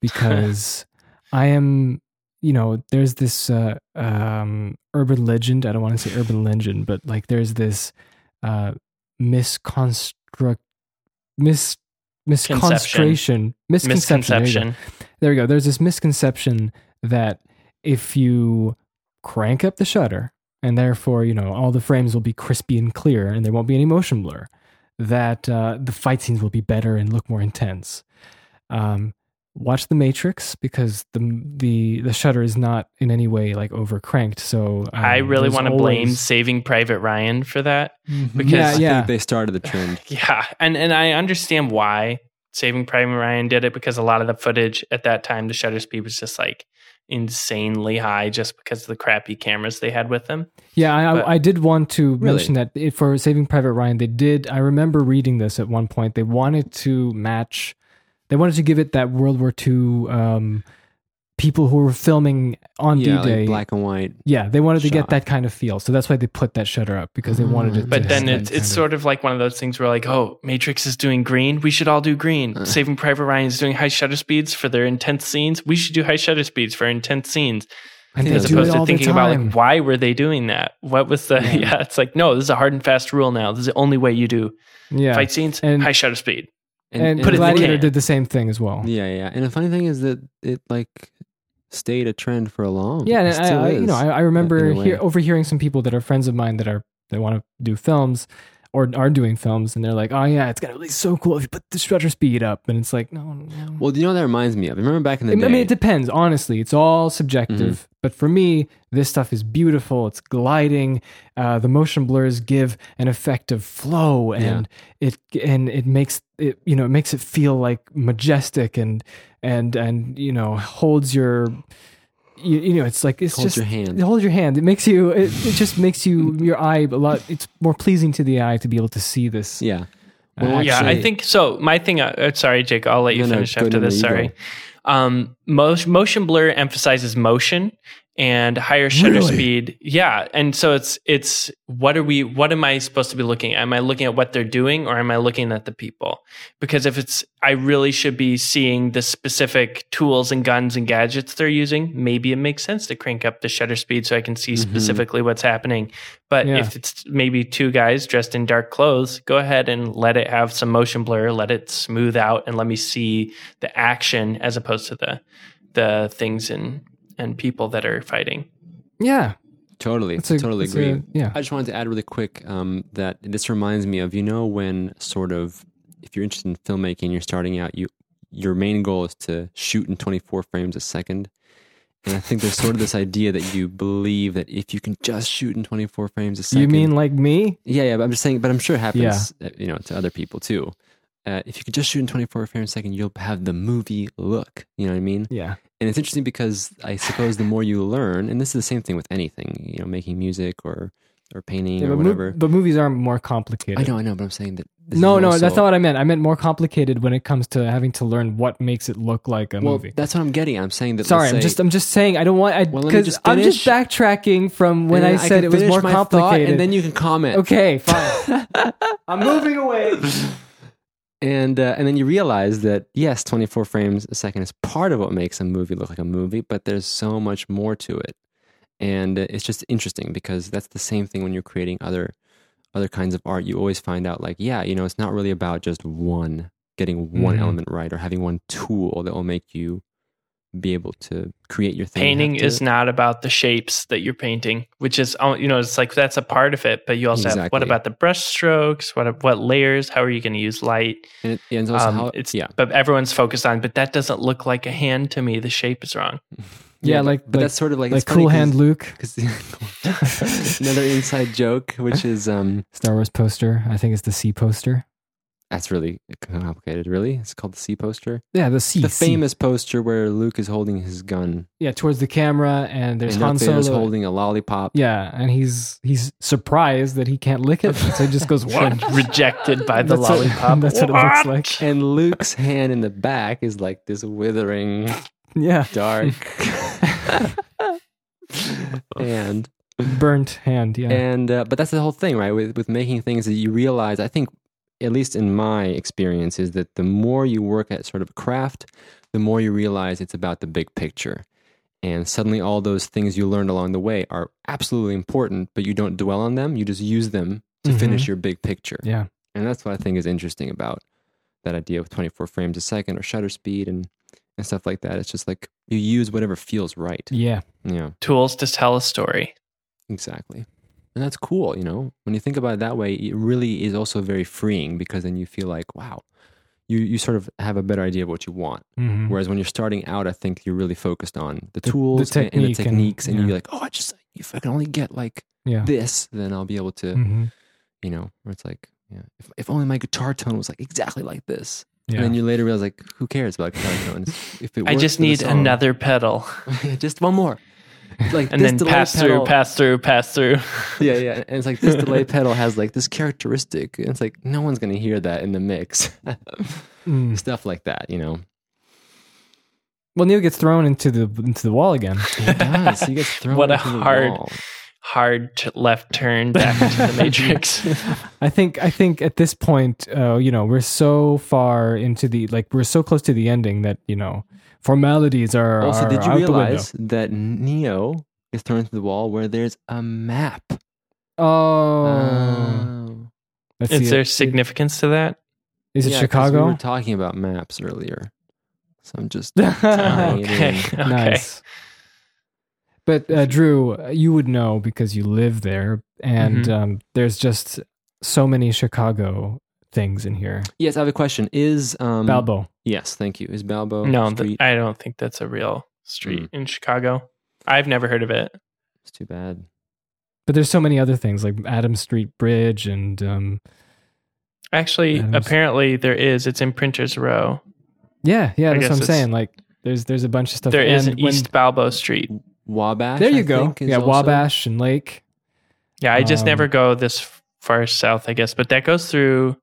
[SPEAKER 1] because I am. You know, there's this uh, um, urban legend. I don't want to say urban legend, but like there's this uh, misconstruct mis misconstruction misconception. There you go.
[SPEAKER 3] Misconception.
[SPEAKER 1] There we go. There's this misconception that if you crank up the shutter and therefore you know all the frames will be crispy and clear and there won't be any motion blur, that uh, the fight scenes will be better and look more intense. Um, watch The Matrix because the the the shutter is not in any way like over cranked. So um,
[SPEAKER 3] I really
[SPEAKER 1] there's
[SPEAKER 3] want to blame
[SPEAKER 1] always-
[SPEAKER 3] Saving Private Ryan for that.
[SPEAKER 2] I
[SPEAKER 1] Yeah,
[SPEAKER 3] Because
[SPEAKER 2] think
[SPEAKER 1] yeah.
[SPEAKER 2] they started the trend.
[SPEAKER 3] yeah, and and I understand why Saving Private Ryan did it because a lot of the footage at that time, the shutter speed was just like insanely high, just because of the crappy cameras they had with them.
[SPEAKER 1] Yeah, I,
[SPEAKER 3] But-
[SPEAKER 1] I I did want to
[SPEAKER 2] Really?
[SPEAKER 1] mention that it, for Saving Private Ryan, they did. I remember reading this at one point. They wanted to match, they wanted to give it that World War II um, people who were filming <laughs> on
[SPEAKER 2] yeah,
[SPEAKER 1] D Day.
[SPEAKER 2] like black and white.
[SPEAKER 1] yeah, they wanted to get
[SPEAKER 2] shot.
[SPEAKER 1] that kind of feel. So that's why they put that shutter up because they wanted it.
[SPEAKER 3] Mm. But
[SPEAKER 1] to
[SPEAKER 3] then
[SPEAKER 1] have
[SPEAKER 3] it's
[SPEAKER 1] that
[SPEAKER 3] it's
[SPEAKER 1] kind
[SPEAKER 3] sort of like one of those things where like, oh, Matrix is doing green, we should all do green.
[SPEAKER 2] Uh.
[SPEAKER 3] Saving Private Ryan is doing high shutter speeds for their intense scenes. We should do high shutter speeds for intense scenes,
[SPEAKER 1] and
[SPEAKER 2] Yeah,
[SPEAKER 1] they
[SPEAKER 3] as
[SPEAKER 1] do
[SPEAKER 3] opposed
[SPEAKER 1] it all
[SPEAKER 3] to
[SPEAKER 1] the
[SPEAKER 3] thinking about
[SPEAKER 1] time.
[SPEAKER 3] like why were they doing that? What was the <laughs> yeah.
[SPEAKER 2] Yeah.
[SPEAKER 3] It's like no, this is a hard and fast rule now. This is the only way you do
[SPEAKER 1] yeah,
[SPEAKER 3] fight scenes
[SPEAKER 1] And-
[SPEAKER 3] high shutter speed.
[SPEAKER 1] and,
[SPEAKER 3] put it in the
[SPEAKER 1] Gladiator
[SPEAKER 3] can.
[SPEAKER 1] did the same thing as well.
[SPEAKER 2] Yeah, yeah. And the funny thing is that it like stayed a trend for a long.
[SPEAKER 1] Yeah,
[SPEAKER 2] it
[SPEAKER 1] and
[SPEAKER 2] still
[SPEAKER 1] I, I, you know,
[SPEAKER 2] is.
[SPEAKER 1] I, I remember
[SPEAKER 2] in a way.
[SPEAKER 1] hear, overhearing some people that are friends of mine that are that want to do films or are doing films, and they're like, "Oh yeah, it's gonna be so cool if you put the shutter speed up." And it's like, no, no.
[SPEAKER 2] well, do you know what that reminds me of? Remember back in
[SPEAKER 1] I
[SPEAKER 2] the day? Mm-hmm.
[SPEAKER 1] mean, it depends. Honestly, it's all subjective. But for me, this stuff is beautiful. It's gliding. Uh, the motion blurs give an effect of flow, and it and it makes it you know it makes it feel like majestic and and and you know holds your you, you know it's like it's
[SPEAKER 2] Hold
[SPEAKER 1] just
[SPEAKER 2] your hand.
[SPEAKER 1] it holds your hand. It makes you. It, it just makes
[SPEAKER 2] <laughs>
[SPEAKER 1] you your eye a lot. It's more pleasing to the eye to be able to see this.
[SPEAKER 2] Yeah.
[SPEAKER 1] Uh,
[SPEAKER 2] Well,
[SPEAKER 3] yeah, I
[SPEAKER 2] actually-
[SPEAKER 3] think so. My thing, uh, uh, sorry, Jake, I'll let you
[SPEAKER 2] No, no,
[SPEAKER 3] finish
[SPEAKER 2] go-
[SPEAKER 3] after
[SPEAKER 2] no, no,
[SPEAKER 3] this.
[SPEAKER 2] you go.
[SPEAKER 3] sorry. Um, motion, motion blur emphasizes motion and higher shutter
[SPEAKER 1] Really?
[SPEAKER 3] speed. Yeah, and so it's it's what are we? What am I supposed to be looking at? Am I looking at what they're doing, or am I looking at the people? Because if it's, I really should be seeing the specific tools and guns and gadgets they're using. Maybe it makes sense to crank up the shutter speed so I can see
[SPEAKER 2] Mhm.
[SPEAKER 3] specifically what's happening. But
[SPEAKER 1] Yeah.
[SPEAKER 3] if it's maybe two guys dressed in dark clothes, go ahead and let it have some motion blur, let it smooth out, and let me see the action as opposed to the the things and and people that are fighting.
[SPEAKER 1] Yeah,
[SPEAKER 2] Totally.
[SPEAKER 1] it's a,
[SPEAKER 2] totally
[SPEAKER 1] it's
[SPEAKER 2] agree.
[SPEAKER 1] a- yeah,
[SPEAKER 2] I just wanted to add really quick um, that this reminds me of you know when sort of if you're interested in filmmaking, you're starting out, you your main goal is to shoot in 24 frames a second. And I think there's sort of this idea that you believe that if you can just shoot in 24 frames a second,
[SPEAKER 1] you mean like me?
[SPEAKER 2] yeah, yeah. But I'm just saying, but I'm sure it happens, uh, you know, to other people too. Uh, if you could just shoot in 24 frames a second, you'll have the movie look. You know what I mean?
[SPEAKER 1] Yeah.
[SPEAKER 2] and it's interesting because I suppose the more you learn, and this is the same thing with anything, you know, making music or or painting
[SPEAKER 1] Yeah,
[SPEAKER 2] or
[SPEAKER 1] but, mo-
[SPEAKER 2] whatever.
[SPEAKER 1] but movies are more complicated.
[SPEAKER 2] I know, I know, but I'm saying that. This
[SPEAKER 1] No,
[SPEAKER 2] is
[SPEAKER 1] no,
[SPEAKER 2] also-
[SPEAKER 1] that's not what I meant. I meant more complicated when it comes to having to learn what makes it look like a
[SPEAKER 2] well,
[SPEAKER 1] movie.
[SPEAKER 2] that's what I'm getting. at. I'm saying that.
[SPEAKER 1] Sorry,
[SPEAKER 2] let's
[SPEAKER 1] I'm
[SPEAKER 2] say-
[SPEAKER 1] just I'm just saying I don't want I
[SPEAKER 2] Well, let me
[SPEAKER 1] because
[SPEAKER 2] just
[SPEAKER 1] I'm just
[SPEAKER 2] finish.
[SPEAKER 1] backtracking from when
[SPEAKER 2] and
[SPEAKER 1] I
[SPEAKER 2] then
[SPEAKER 1] said
[SPEAKER 2] can
[SPEAKER 1] it was
[SPEAKER 2] finish
[SPEAKER 1] more
[SPEAKER 2] my thought,
[SPEAKER 1] complicated.
[SPEAKER 2] and then you can comment.
[SPEAKER 1] <laughs> okay,
[SPEAKER 2] <laughs>
[SPEAKER 1] fine. I'm moving away.
[SPEAKER 2] and uh, and then you realize that yes, 24 frames a second is part of what makes a movie look like a movie, but there's so much more to it, and uh, it's just interesting because that's the same thing when you're creating other other kinds of art. You always find out, like, yeah, you know, it's not really about just one getting one
[SPEAKER 1] Mhm.
[SPEAKER 2] element right or having one tool that will make you be able to create your thing. You have
[SPEAKER 3] Painting
[SPEAKER 2] to-
[SPEAKER 3] is not about the shapes that you're painting, which is oh, you know it's like that's a part of it, but you also have what
[SPEAKER 2] Exactly.
[SPEAKER 3] about the brush strokes? What what layers? How are you going to use light?
[SPEAKER 2] and it, and it's also
[SPEAKER 3] Um,
[SPEAKER 2] how
[SPEAKER 3] it's
[SPEAKER 2] yeah, <laughs>
[SPEAKER 3] but everyone's focused on. But that doesn't look like a hand to me. The shape is wrong.
[SPEAKER 1] Yeah, like-
[SPEAKER 2] but
[SPEAKER 1] like-
[SPEAKER 2] that's sort of like
[SPEAKER 1] like Cool Hand Luke,
[SPEAKER 2] because <laughs> another inside joke, which is um,
[SPEAKER 1] Star Wars poster. I think it's the C poster.
[SPEAKER 2] that's really complicated. Really, it's called the C poster,
[SPEAKER 1] Yeah, the C.
[SPEAKER 2] the
[SPEAKER 1] E, C.
[SPEAKER 2] famous poster where Luke is holding his gun.
[SPEAKER 1] Yeah, towards the camera, and there's
[SPEAKER 2] and
[SPEAKER 1] Han
[SPEAKER 2] Darth Vader's
[SPEAKER 1] Solo.
[SPEAKER 2] holding a lollipop.
[SPEAKER 1] yeah, and he's he's surprised that he can't lick it, so he
[SPEAKER 2] <laughs>
[SPEAKER 1] just goes what?
[SPEAKER 3] <laughs> Rejected by the
[SPEAKER 1] That's what-
[SPEAKER 3] lollipop.
[SPEAKER 1] that's what it looks like.
[SPEAKER 2] And Luke's hand in the back is like
[SPEAKER 1] <laughs>
[SPEAKER 2] this withering,
[SPEAKER 1] <laughs> Yeah,
[SPEAKER 2] dark
[SPEAKER 1] Oh.
[SPEAKER 2] hand.
[SPEAKER 1] burnt hand. Yeah,
[SPEAKER 2] and uh, but that's the whole thing right with with making things that you realize i think at least in my experience is that the more you work at sort of a craft the more you realize it's about the big picture and suddenly all those things you learned along the way are absolutely important but you don't dwell on them you just use them to
[SPEAKER 1] Mhm.
[SPEAKER 2] finish your big picture
[SPEAKER 1] yeah.
[SPEAKER 2] and that's what i think is interesting about that idea of 24 frames a second or shutter speed and and stuff like that it's just like you use whatever feels right
[SPEAKER 1] Yeah.
[SPEAKER 2] yeah
[SPEAKER 3] Tools to tell a story.
[SPEAKER 2] Exactly. And that's cool, you know. When you think about it that way, it really is also very freeing because then you feel like, wow, you you sort of have a better idea of what you want.
[SPEAKER 1] Mhm.
[SPEAKER 2] Whereas when you're starting out, I think you're really focused on
[SPEAKER 1] The-
[SPEAKER 2] the
[SPEAKER 1] the
[SPEAKER 2] tools and- and
[SPEAKER 1] technique
[SPEAKER 2] the
[SPEAKER 1] and-
[SPEAKER 2] techniques, and,
[SPEAKER 1] yeah.
[SPEAKER 2] you're like, oh, I just if I can only get like
[SPEAKER 1] Yeah.
[SPEAKER 2] this, then I'll be able to,
[SPEAKER 1] Mhm.
[SPEAKER 2] you know. Where it's like, yeah, if if only my guitar tone was like exactly like this,
[SPEAKER 1] Yeah.
[SPEAKER 2] and then you later realize like, who cares about guitar tones? If it
[SPEAKER 3] I
[SPEAKER 2] works
[SPEAKER 3] just
[SPEAKER 2] for the
[SPEAKER 3] need
[SPEAKER 2] song.
[SPEAKER 3] another pedal,
[SPEAKER 2] <laughs> just one more, like
[SPEAKER 3] and
[SPEAKER 2] this
[SPEAKER 3] then
[SPEAKER 2] delay
[SPEAKER 3] pass
[SPEAKER 2] pedal-
[SPEAKER 3] through, pass through, pass through.
[SPEAKER 2] yeah, yeah. And it's like this delay pedal has like this characteristic. And it's like no one's gonna hear that in the mix.
[SPEAKER 1] Mm.
[SPEAKER 2] Stuff like that, you know.
[SPEAKER 1] Well, Neil gets thrown into the into the wall again.
[SPEAKER 2] He does. He gets thrown
[SPEAKER 3] What a
[SPEAKER 2] into the
[SPEAKER 3] hard-
[SPEAKER 2] wall.
[SPEAKER 3] Hard t- left turn back to
[SPEAKER 2] <laughs>
[SPEAKER 3] the matrix.
[SPEAKER 1] I think I think at this point, uh, you know, we're so far into the like we're so close to the ending that you know formalities are.
[SPEAKER 2] Also,
[SPEAKER 1] are
[SPEAKER 2] did you
[SPEAKER 1] out the window.
[SPEAKER 2] realize that Neo is thrown into the wall where there's a map?
[SPEAKER 1] Oh,
[SPEAKER 2] Oh.
[SPEAKER 1] let's see
[SPEAKER 3] Is there
[SPEAKER 1] it.
[SPEAKER 3] significance to that?
[SPEAKER 1] Is it
[SPEAKER 2] Yeah, 'cause
[SPEAKER 1] Chicago? <laughs>
[SPEAKER 2] We were talking about maps earlier, so I'm just tying it
[SPEAKER 3] Okay.
[SPEAKER 2] in.
[SPEAKER 3] <laughs> okay.
[SPEAKER 1] Nice. But uh, Drew, you would know because you live there, and
[SPEAKER 3] Mhm.
[SPEAKER 1] um, there's just so many Chicago things in here.
[SPEAKER 2] Yes, I have a question. Is um,
[SPEAKER 1] Balbo,
[SPEAKER 2] Yes, thank you. Is Balbo
[SPEAKER 3] no, th-
[SPEAKER 2] Street?
[SPEAKER 3] I don't think that's a real street in Chicago. I've never heard of it.
[SPEAKER 2] it's too bad.
[SPEAKER 1] but there's so many other things like Adam Street Bridge and um,
[SPEAKER 3] Actually,
[SPEAKER 1] Adams.
[SPEAKER 3] apparently there is. It's in Printers Row.
[SPEAKER 1] yeah, yeah.
[SPEAKER 3] I
[SPEAKER 1] That's
[SPEAKER 3] guess
[SPEAKER 1] what I'm
[SPEAKER 3] it's-
[SPEAKER 1] saying. Like there's there's a bunch of stuff.
[SPEAKER 3] There is
[SPEAKER 1] and
[SPEAKER 3] an
[SPEAKER 1] when-
[SPEAKER 3] East Balbo Street.
[SPEAKER 2] Wabash.
[SPEAKER 1] There you
[SPEAKER 2] I
[SPEAKER 1] go.
[SPEAKER 2] think, is
[SPEAKER 1] Yeah,
[SPEAKER 2] also-
[SPEAKER 1] Wabash and Lake.
[SPEAKER 3] Yeah, I just
[SPEAKER 1] Um,
[SPEAKER 3] never go this f- far south, I guess. But that goes through.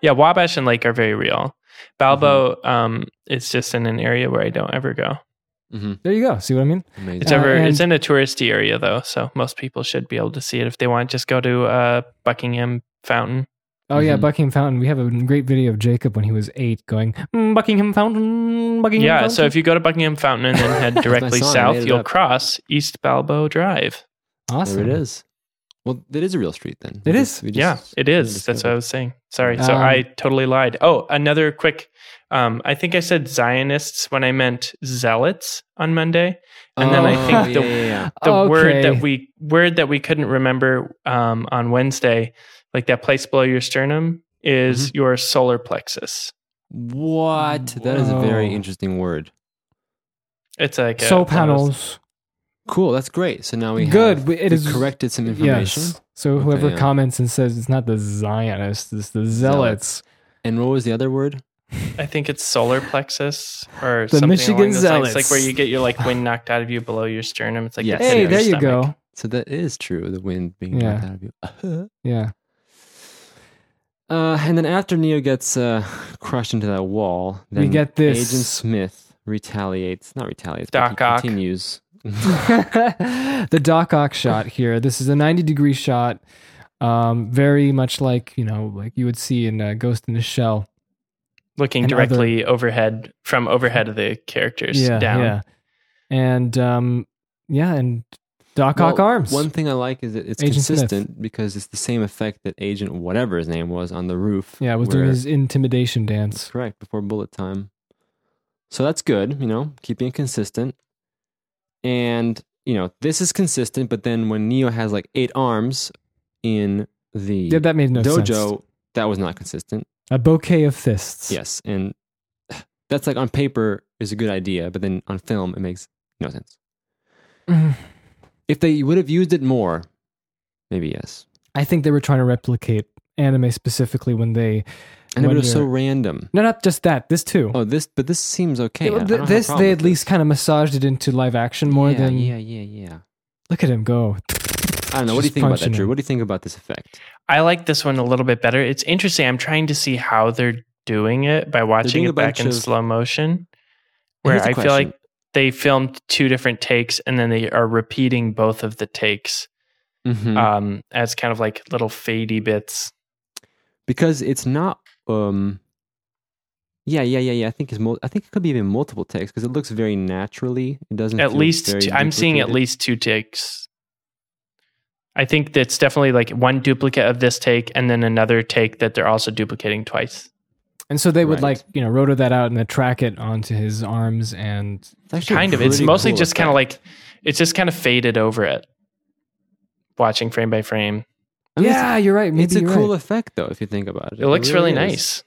[SPEAKER 3] Yeah, Wabash and Lake are very real. Balbo,
[SPEAKER 1] Mm-hmm.
[SPEAKER 3] um, it's just in an area where I don't ever go.
[SPEAKER 2] Mhm.
[SPEAKER 1] There you go. See what I mean?
[SPEAKER 2] Amazing.
[SPEAKER 3] It's
[SPEAKER 1] Uh,
[SPEAKER 3] ever it's
[SPEAKER 1] and-
[SPEAKER 3] in a touristy area though, so most people should be able to see it if they want. Just go to uh, Buckingham Fountain.
[SPEAKER 1] Oh yeah,
[SPEAKER 3] Mm-hmm.
[SPEAKER 2] Mhm.
[SPEAKER 1] Buckingham Fountain. We have a great video of Jacob when he was eight going "Mm, Buckingham Fountain, Buckingham.
[SPEAKER 3] yeah,
[SPEAKER 1] Fountain.
[SPEAKER 3] so if you go to Buckingham Fountain
[SPEAKER 2] <laughs>
[SPEAKER 3] and then head
[SPEAKER 2] That's my
[SPEAKER 3] directly
[SPEAKER 2] song, I made
[SPEAKER 3] south,
[SPEAKER 2] it
[SPEAKER 3] you'll
[SPEAKER 2] up.
[SPEAKER 3] cross East Balbo Drive.
[SPEAKER 1] awesome,
[SPEAKER 2] There it is. Well, that is a real street then.
[SPEAKER 1] It
[SPEAKER 2] We
[SPEAKER 1] is.
[SPEAKER 2] just- we
[SPEAKER 3] yeah,
[SPEAKER 2] just-
[SPEAKER 3] it
[SPEAKER 2] we
[SPEAKER 3] is.
[SPEAKER 2] just
[SPEAKER 3] That's what I
[SPEAKER 2] covered.
[SPEAKER 3] was saying. Sorry. So
[SPEAKER 1] Um,
[SPEAKER 3] I totally lied. Oh, another quick. Um, I think I said Zionists when I meant zealots on Monday, and then I
[SPEAKER 2] Oh,
[SPEAKER 3] think the
[SPEAKER 2] yeah, yeah, yeah.
[SPEAKER 3] the
[SPEAKER 1] Okay.
[SPEAKER 3] word that we word that we couldn't remember um, on Wednesday, like that place below your sternum, is
[SPEAKER 2] Mm-hmm.
[SPEAKER 3] your solar plexus.
[SPEAKER 2] what that is a very
[SPEAKER 1] Whoa.
[SPEAKER 2] interesting word.
[SPEAKER 3] It's like a,
[SPEAKER 1] so
[SPEAKER 3] one of those-
[SPEAKER 1] panels.
[SPEAKER 2] Cool, that's great. So now we
[SPEAKER 1] Good,
[SPEAKER 2] Have,
[SPEAKER 1] we- it
[SPEAKER 2] we
[SPEAKER 1] is-
[SPEAKER 2] corrected some information. uh,
[SPEAKER 1] Yes. So
[SPEAKER 2] Okay,
[SPEAKER 1] whoever
[SPEAKER 2] yeah.
[SPEAKER 1] comments and says it's not the Zionists, it's the Zealots.
[SPEAKER 2] And what was the other word?
[SPEAKER 3] I think it's solar plexus or
[SPEAKER 1] The
[SPEAKER 3] something
[SPEAKER 1] Michigan
[SPEAKER 3] along those lines.
[SPEAKER 1] Zealots.
[SPEAKER 3] It's like where you get your like wind knocked out of you below your sternum. It's like
[SPEAKER 2] Yes.
[SPEAKER 3] the pit
[SPEAKER 1] Hey,
[SPEAKER 3] of
[SPEAKER 1] there
[SPEAKER 3] your
[SPEAKER 1] you
[SPEAKER 3] stomach.
[SPEAKER 1] go.
[SPEAKER 2] So that is true. The wind being
[SPEAKER 1] Yeah.
[SPEAKER 2] knocked out of you. <laughs>
[SPEAKER 1] Yeah. <laughs>
[SPEAKER 2] Uh, and then after Neo gets uh, crushed into that wall, then
[SPEAKER 1] We get this.
[SPEAKER 2] Agent Smith retaliates. Not retaliates. but
[SPEAKER 3] Doc
[SPEAKER 2] he
[SPEAKER 3] Ock.
[SPEAKER 2] continues.
[SPEAKER 1] the Doc Ock shot here. This is a 90 degree shot. Um, very much like, you know, like you would see in uh, Ghost in the Shell.
[SPEAKER 3] Looking
[SPEAKER 1] And other-
[SPEAKER 3] directly overhead from overhead of the characters down.
[SPEAKER 1] And um, yeah, and Doc Ock
[SPEAKER 2] Well,
[SPEAKER 1] arms.
[SPEAKER 2] One thing I like is that it's
[SPEAKER 1] Agent Smith.
[SPEAKER 2] consistent because it's the same effect that Agent whatever his name was on the roof.
[SPEAKER 1] yeah, was doing
[SPEAKER 2] where-
[SPEAKER 1] his intimidation dance.
[SPEAKER 2] correct before bullet time. So that's good, you know, keeping it consistent. And you know, this is consistent, but then when Neo has like eight arms in the
[SPEAKER 1] Yeah, that made no
[SPEAKER 2] dojo,
[SPEAKER 1] sense.
[SPEAKER 2] that was not consistent.
[SPEAKER 1] A bouquet of fists.
[SPEAKER 2] Yes, <sighs>
[SPEAKER 3] <sighs>
[SPEAKER 2] and that's like on paper is a good idea, but then on film it makes no sense. If they would have used it more, maybe yes.
[SPEAKER 1] I think they were trying to replicate anime specifically when they
[SPEAKER 2] And it
[SPEAKER 1] When
[SPEAKER 2] was so
[SPEAKER 1] you're-
[SPEAKER 2] random.
[SPEAKER 1] no, not just that. This too.
[SPEAKER 2] Oh, this, but this seems okay.
[SPEAKER 1] It-
[SPEAKER 2] I- I
[SPEAKER 1] th-
[SPEAKER 2] don't have a
[SPEAKER 1] this
[SPEAKER 2] problem
[SPEAKER 1] they
[SPEAKER 2] with
[SPEAKER 1] at least kind of massaged it into live action more
[SPEAKER 2] yeah,
[SPEAKER 1] than
[SPEAKER 2] yeah, yeah, yeah.
[SPEAKER 1] look at him go.
[SPEAKER 2] I don't know. What do you
[SPEAKER 1] Just
[SPEAKER 2] think about that,
[SPEAKER 1] punching
[SPEAKER 2] Drew?
[SPEAKER 1] him.
[SPEAKER 2] What do you think about this effect?
[SPEAKER 3] I like this one a little bit better. It's interesting. I'm trying to see how they're doing it by watching
[SPEAKER 2] doing a
[SPEAKER 3] it back
[SPEAKER 2] bunch
[SPEAKER 3] in
[SPEAKER 2] of-
[SPEAKER 3] slow motion, where
[SPEAKER 2] Here's the
[SPEAKER 3] I feel like
[SPEAKER 2] question.
[SPEAKER 3] they filmed two different takes and then they are repeating both of the takes
[SPEAKER 1] Mm.
[SPEAKER 2] Mhm.
[SPEAKER 3] um, as kind of like little fadey bits.
[SPEAKER 2] because it's not. um Yeah, yeah, yeah, yeah. I think it's. Mul- I think it could be even multiple takes because it looks very naturally. It doesn't.
[SPEAKER 3] At
[SPEAKER 2] feel
[SPEAKER 3] least
[SPEAKER 2] very
[SPEAKER 3] two, I'm seeing at
[SPEAKER 2] duplicated.
[SPEAKER 3] least two takes. I think that's definitely like one duplicate of this take and then another take that they're also duplicating twice.
[SPEAKER 1] And so they would
[SPEAKER 2] Right.
[SPEAKER 1] like you know rotor that out and then track it onto his arms and
[SPEAKER 2] It's actually a
[SPEAKER 3] Kind of. It's
[SPEAKER 2] pretty
[SPEAKER 3] mostly
[SPEAKER 2] cool
[SPEAKER 3] just kind of
[SPEAKER 2] effect.
[SPEAKER 3] like it's just kind of faded over it. Watching frame by frame.
[SPEAKER 2] I mean, it's-
[SPEAKER 1] yeah, you're right. Maybe
[SPEAKER 2] it's a
[SPEAKER 1] you're
[SPEAKER 2] cool
[SPEAKER 1] right.
[SPEAKER 2] effect though if you think about it
[SPEAKER 3] It looks really,
[SPEAKER 2] is.
[SPEAKER 3] nice.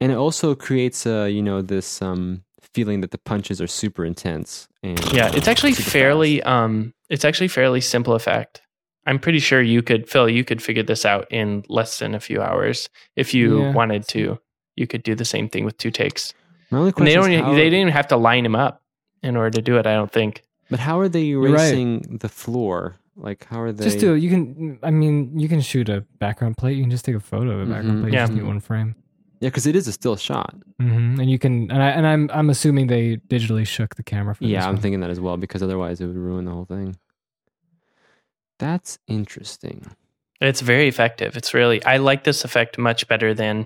[SPEAKER 2] and it also creates uh you know this um feeling that the punches are super intense and uh,
[SPEAKER 3] Yeah, it's actually
[SPEAKER 2] super fast.
[SPEAKER 3] fairly um it's actually fairly simple effect. I'm pretty sure you could Phil, you could figure this out in less than a few hours if you
[SPEAKER 1] Yeah.
[SPEAKER 3] wanted to. You could do the same thing with two takes.
[SPEAKER 2] my only
[SPEAKER 3] And they
[SPEAKER 2] question
[SPEAKER 3] don't
[SPEAKER 2] is how,
[SPEAKER 3] they didn't even have to line them up in order to do it, I don't think.
[SPEAKER 2] but how are they
[SPEAKER 1] right.
[SPEAKER 2] erasing the floor like how are they
[SPEAKER 1] Just do it. You can. I mean, you can shoot a background plate. You can just take a photo of a background
[SPEAKER 2] Mhm.
[SPEAKER 1] plate. You just
[SPEAKER 2] Yeah.
[SPEAKER 1] need one frame.
[SPEAKER 2] yeah because it is a still shot
[SPEAKER 1] hmm And you can. And, I, and I'm. I'm assuming they digitally shook the camera. For
[SPEAKER 2] yeah
[SPEAKER 1] this
[SPEAKER 2] i'm
[SPEAKER 1] one.
[SPEAKER 2] thinking that as well because otherwise it would ruin the whole thing that's interesting
[SPEAKER 3] It's very effective. It's really I like this effect much better than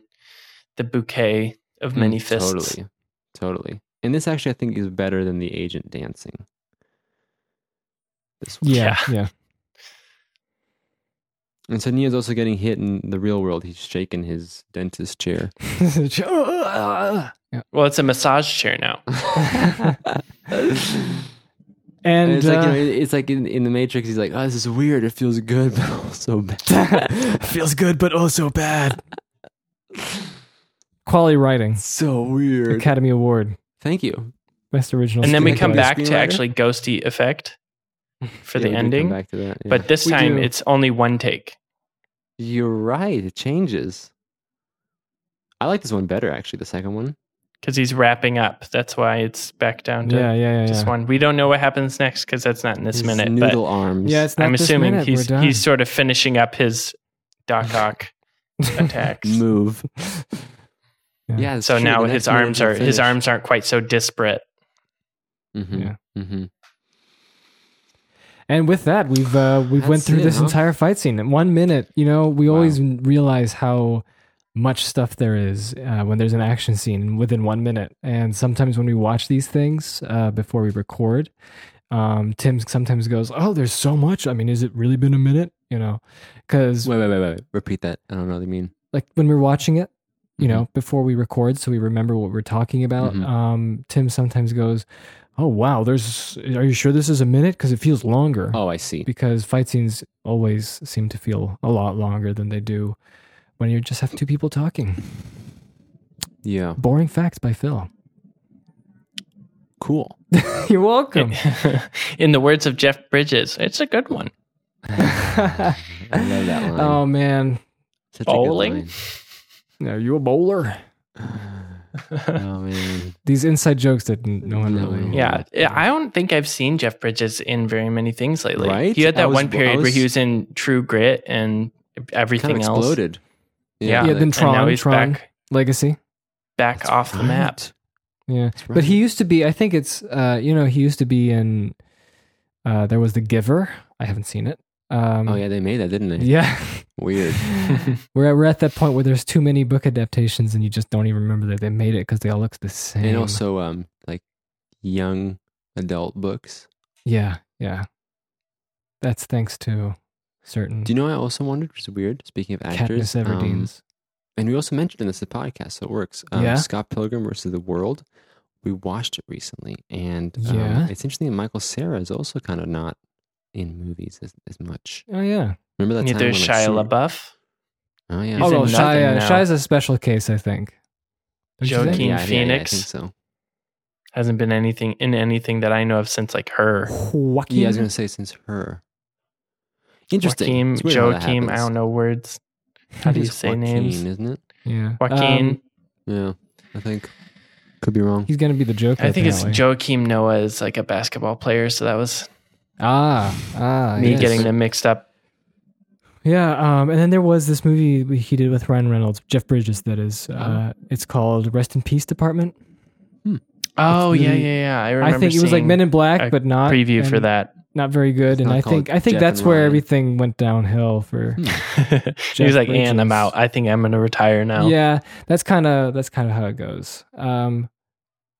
[SPEAKER 3] the bouquet of Hmm. many
[SPEAKER 2] Mm,
[SPEAKER 3] fists.
[SPEAKER 2] totally totally and this actually i think is better than the agent dancing this one.
[SPEAKER 1] Yeah, yeah.
[SPEAKER 2] And so Neo's also getting hit in the real world. He's shaking his
[SPEAKER 1] <laughs>
[SPEAKER 2] dentist chair. <laughs>
[SPEAKER 3] Well, it's a massage chair now.
[SPEAKER 2] and
[SPEAKER 1] and
[SPEAKER 2] it's like you
[SPEAKER 1] uh,
[SPEAKER 2] know, it's like in, in the Matrix. He's like, "Oh, this is weird. It feels good, <laughs> but also
[SPEAKER 1] <laughs>
[SPEAKER 2] bad.
[SPEAKER 1] feels good, but oh so bad. Quality writing,
[SPEAKER 2] so weird."
[SPEAKER 1] Academy Award,
[SPEAKER 2] Thank you.
[SPEAKER 1] best original.
[SPEAKER 3] And then we
[SPEAKER 2] Like
[SPEAKER 3] come
[SPEAKER 2] a
[SPEAKER 1] screenplay.
[SPEAKER 3] back to
[SPEAKER 2] screenwriter?
[SPEAKER 3] actually ghosty effect for
[SPEAKER 2] Yeah, we
[SPEAKER 3] the
[SPEAKER 2] did come
[SPEAKER 3] ending.
[SPEAKER 2] back to that. yeah.
[SPEAKER 3] But this
[SPEAKER 1] We
[SPEAKER 3] time
[SPEAKER 1] do.
[SPEAKER 3] it's only one take.
[SPEAKER 2] you're right. It changes. I like this one better, actually. The second one.
[SPEAKER 3] because he's wrapping up. That's why it's back down to
[SPEAKER 1] Yeah, yeah, yeah.
[SPEAKER 3] just
[SPEAKER 1] yeah.
[SPEAKER 3] one. We don't know what happens next because that's not in this
[SPEAKER 2] His
[SPEAKER 3] minute.
[SPEAKER 2] Noodle arms.
[SPEAKER 1] Yeah, it's
[SPEAKER 3] But
[SPEAKER 1] not
[SPEAKER 3] I'm
[SPEAKER 1] this
[SPEAKER 3] assuming
[SPEAKER 1] minute,
[SPEAKER 3] he's
[SPEAKER 1] we're done.
[SPEAKER 3] he's sort of finishing up his Doc Ock attacks.
[SPEAKER 2] move.
[SPEAKER 1] <laughs> Yeah.
[SPEAKER 2] Yeah. it's
[SPEAKER 3] so
[SPEAKER 2] true.
[SPEAKER 3] now
[SPEAKER 2] The next
[SPEAKER 3] his
[SPEAKER 2] minute
[SPEAKER 3] arms
[SPEAKER 2] he'll
[SPEAKER 3] are his
[SPEAKER 2] finish.
[SPEAKER 3] arms aren't quite so disparate.
[SPEAKER 2] Mhm,
[SPEAKER 1] Yeah.
[SPEAKER 2] mhm.
[SPEAKER 1] And with that, we've uh, we've went
[SPEAKER 2] That's
[SPEAKER 1] through
[SPEAKER 2] it,
[SPEAKER 1] this
[SPEAKER 2] huh?
[SPEAKER 1] entire fight scene in one minute. You know, we
[SPEAKER 2] Wow.
[SPEAKER 1] always realize how much stuff there is uh, when there's an action scene within one minute. And sometimes when we watch these things uh, before we record, um, Tim sometimes goes, "Oh, there's so much. I mean, has it really been a minute?" You know, because
[SPEAKER 2] Wait, wait, wait, wait. Repeat that. I don't know what you mean.
[SPEAKER 1] like when we're watching it, you
[SPEAKER 2] Mhm.
[SPEAKER 1] know, before we record, so we remember what we're talking about.
[SPEAKER 2] Mhm.
[SPEAKER 1] Um, Tim sometimes goes, "Oh, wow. There's. Are you sure this is a minute? Because it feels longer."
[SPEAKER 2] Oh, I see.
[SPEAKER 1] because fight scenes always seem to feel a lot longer than they do when you just have two people talking.
[SPEAKER 2] Yeah.
[SPEAKER 1] Boring facts by Phil.
[SPEAKER 2] Cool.
[SPEAKER 1] <laughs> You're <laughs> welcome.
[SPEAKER 3] <laughs> in the words of Jeff Bridges, it's a good one.
[SPEAKER 2] Mm-hmm. I love that line.
[SPEAKER 1] oh man,
[SPEAKER 2] Such
[SPEAKER 3] bowling?
[SPEAKER 2] A good
[SPEAKER 1] are you a bowler?
[SPEAKER 3] <laughs>
[SPEAKER 2] line. Oh man.
[SPEAKER 1] These inside jokes that n- no one
[SPEAKER 2] No,
[SPEAKER 1] really.
[SPEAKER 3] Yeah,
[SPEAKER 2] Mm-hmm.
[SPEAKER 3] I don't think I've seen Jeff Bridges in very many things lately.
[SPEAKER 2] Right?
[SPEAKER 3] He had
[SPEAKER 2] I
[SPEAKER 3] that
[SPEAKER 2] was-
[SPEAKER 3] one period
[SPEAKER 2] I
[SPEAKER 3] where he
[SPEAKER 2] was-
[SPEAKER 3] was in True Grit and everything
[SPEAKER 2] Kind of
[SPEAKER 3] else.
[SPEAKER 2] exploded.
[SPEAKER 3] Yeah.
[SPEAKER 1] Yeah,
[SPEAKER 2] that-
[SPEAKER 1] then
[SPEAKER 3] And now
[SPEAKER 1] Tron,
[SPEAKER 3] he's
[SPEAKER 1] Tron
[SPEAKER 3] back
[SPEAKER 1] Legacy.
[SPEAKER 3] back
[SPEAKER 2] That's
[SPEAKER 3] off the map.
[SPEAKER 2] right.
[SPEAKER 1] Yeah,
[SPEAKER 2] That's
[SPEAKER 1] but he
[SPEAKER 2] right.
[SPEAKER 1] used to be. I think it's. Uh, you know, he used to be in. Uh, there was The Giver. I haven't seen it. Um,
[SPEAKER 2] Oh yeah, they made that, didn't they?
[SPEAKER 1] Yeah.
[SPEAKER 2] Weird.
[SPEAKER 1] <laughs> we're, we're at that point where there's too many book adaptations and you just don't even remember that they made it because they all look the same.
[SPEAKER 2] And also, um, like young adult books.
[SPEAKER 1] yeah, yeah. That's thanks to certain
[SPEAKER 2] Do you know? I also wondered, which is weird. Speaking of actors,
[SPEAKER 1] Katniss Everdeen's.
[SPEAKER 2] um, and we also mentioned in this podcast, so it works. Um,
[SPEAKER 1] Yeah.
[SPEAKER 2] Scott Pilgrim versus the World. We watched it recently, and um,
[SPEAKER 1] Yeah.
[SPEAKER 2] it's interesting. that Michael Sarah is also kind of not in movies as, as much.
[SPEAKER 1] oh yeah.
[SPEAKER 2] Remember that time
[SPEAKER 3] Neither
[SPEAKER 2] when
[SPEAKER 3] is
[SPEAKER 2] like,
[SPEAKER 3] Shia
[SPEAKER 2] she-
[SPEAKER 3] LaBeouf.
[SPEAKER 2] Oh yeah,
[SPEAKER 3] He's
[SPEAKER 1] oh
[SPEAKER 3] in
[SPEAKER 1] no,
[SPEAKER 3] nothing
[SPEAKER 1] Shia.
[SPEAKER 3] now.
[SPEAKER 1] Shia's a special case, I think. Don't you think?
[SPEAKER 3] Joaquin
[SPEAKER 2] yeah, yeah, yeah, I
[SPEAKER 3] Phoenix.
[SPEAKER 2] think so.
[SPEAKER 3] Hasn't been anything in anything that I know of since like her.
[SPEAKER 1] Joaquin.
[SPEAKER 2] Yeah, I was going to say since her. Interesting.
[SPEAKER 3] Joaquim,
[SPEAKER 2] It's weird how that
[SPEAKER 3] Joaquim, I
[SPEAKER 2] happens.
[SPEAKER 3] don't know words.
[SPEAKER 2] <laughs>
[SPEAKER 3] How do you
[SPEAKER 2] It's
[SPEAKER 3] say
[SPEAKER 2] Joaquin, Um,
[SPEAKER 3] names?
[SPEAKER 2] Isn't it?
[SPEAKER 1] Yeah.
[SPEAKER 3] Joaquin.
[SPEAKER 1] Um,
[SPEAKER 2] Yeah, I think. Could be wrong.
[SPEAKER 1] he's going to be the Joker.
[SPEAKER 3] I think it's
[SPEAKER 1] apparently.
[SPEAKER 3] Joaquim Noah is like a basketball player, so that was
[SPEAKER 1] Ah, ah,
[SPEAKER 3] me
[SPEAKER 1] yes.
[SPEAKER 3] getting them mixed up.
[SPEAKER 1] Yeah, um, and then there was this movie we- he did with Ryan Reynolds, Jeff Bridges. That is,
[SPEAKER 2] Uh-huh.
[SPEAKER 1] uh, it's called Rest in Peace Department.
[SPEAKER 3] Oh
[SPEAKER 1] It's
[SPEAKER 3] yeah,
[SPEAKER 1] really-
[SPEAKER 3] yeah, yeah.
[SPEAKER 1] Mm.
[SPEAKER 3] I
[SPEAKER 1] I
[SPEAKER 3] remember.
[SPEAKER 1] think it was like
[SPEAKER 3] seeing
[SPEAKER 1] Men in Black,
[SPEAKER 3] a
[SPEAKER 1] but not
[SPEAKER 3] preview for
[SPEAKER 1] and
[SPEAKER 3] that. <laughs>
[SPEAKER 1] Not very good,
[SPEAKER 2] It's
[SPEAKER 1] and
[SPEAKER 2] not
[SPEAKER 1] I think
[SPEAKER 2] called
[SPEAKER 1] I think
[SPEAKER 2] Jeff
[SPEAKER 1] that's
[SPEAKER 2] and
[SPEAKER 1] where
[SPEAKER 2] Ryan. Hmm.
[SPEAKER 1] everything went downhill for.
[SPEAKER 3] he was like,
[SPEAKER 1] Bridges.
[SPEAKER 3] "And I'm out. I think I'm gonna retire now."
[SPEAKER 1] Yeah, that's kind of that's kind of how it goes. Um,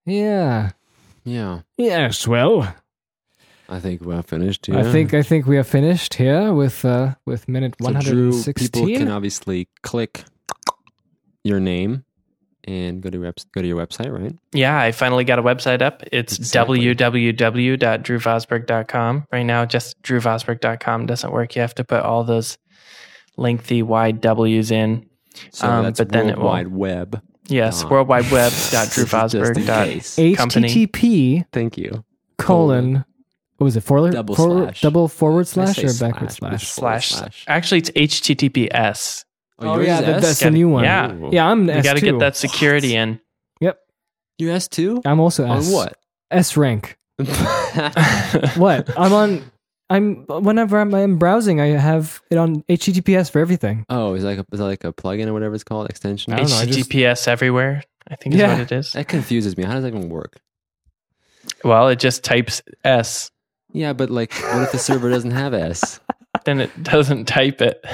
[SPEAKER 1] yeah.
[SPEAKER 2] Yeah,
[SPEAKER 1] Yes. Well,
[SPEAKER 2] I think we're finished.
[SPEAKER 1] I
[SPEAKER 2] yeah.
[SPEAKER 1] think I think we are finished here with uh with minute
[SPEAKER 2] So
[SPEAKER 1] one hundred
[SPEAKER 2] Drew, people
[SPEAKER 1] sixteen.
[SPEAKER 2] can obviously click your name and go to reps, go to your website, right?
[SPEAKER 3] Yeah, I finally got a website up. It's
[SPEAKER 2] Exactly.
[SPEAKER 3] www.drewvosberg.com. Right now, just drewvosberg.com doesn't work. You have to put all those lengthy wide W's in.
[SPEAKER 2] So
[SPEAKER 3] Um,
[SPEAKER 2] that's
[SPEAKER 3] but then
[SPEAKER 2] World
[SPEAKER 3] it will-
[SPEAKER 2] Wide Web.
[SPEAKER 3] Yes,
[SPEAKER 2] Dot.
[SPEAKER 3] World Wide Web.
[SPEAKER 2] Just
[SPEAKER 1] <laughs>
[SPEAKER 2] in <laughs> case.
[SPEAKER 3] drewvosberg. company.
[SPEAKER 1] HTTP
[SPEAKER 2] Thank you.
[SPEAKER 1] colon. What was it? Forward,
[SPEAKER 2] Double
[SPEAKER 1] forward-
[SPEAKER 2] slash.
[SPEAKER 1] double forward
[SPEAKER 2] I
[SPEAKER 1] slash
[SPEAKER 2] say
[SPEAKER 1] or backward
[SPEAKER 2] slash, but it's
[SPEAKER 1] slash?
[SPEAKER 3] Slash.
[SPEAKER 2] Slash.
[SPEAKER 3] Actually, it's HTTPS.
[SPEAKER 1] Oh, yeah,
[SPEAKER 2] yours is
[SPEAKER 1] that-
[SPEAKER 2] S?
[SPEAKER 1] that's the new one.
[SPEAKER 3] Yeah.
[SPEAKER 2] Ooh.
[SPEAKER 1] Yeah, I'm
[SPEAKER 3] You
[SPEAKER 1] S
[SPEAKER 3] got to
[SPEAKER 1] two.
[SPEAKER 3] get that security in.
[SPEAKER 2] You S two
[SPEAKER 1] I'm also S.
[SPEAKER 2] on <laughs> what?
[SPEAKER 1] S rank.
[SPEAKER 2] <laughs>
[SPEAKER 1] What? <laughs> I'm on. I'm whenever I'm, I'm browsing, I have it on HTTPS for everything.
[SPEAKER 2] oh, is like a, is that like a plugin or whatever it's called extension?
[SPEAKER 1] I don't know, I just-
[SPEAKER 3] HTTPS everywhere, I think is
[SPEAKER 1] Yeah.
[SPEAKER 3] what it is.
[SPEAKER 2] That confuses me. How does that even work?
[SPEAKER 3] Well, it just types S,
[SPEAKER 2] Yeah, but like, what if the server doesn't have S?
[SPEAKER 3] then it doesn't type it.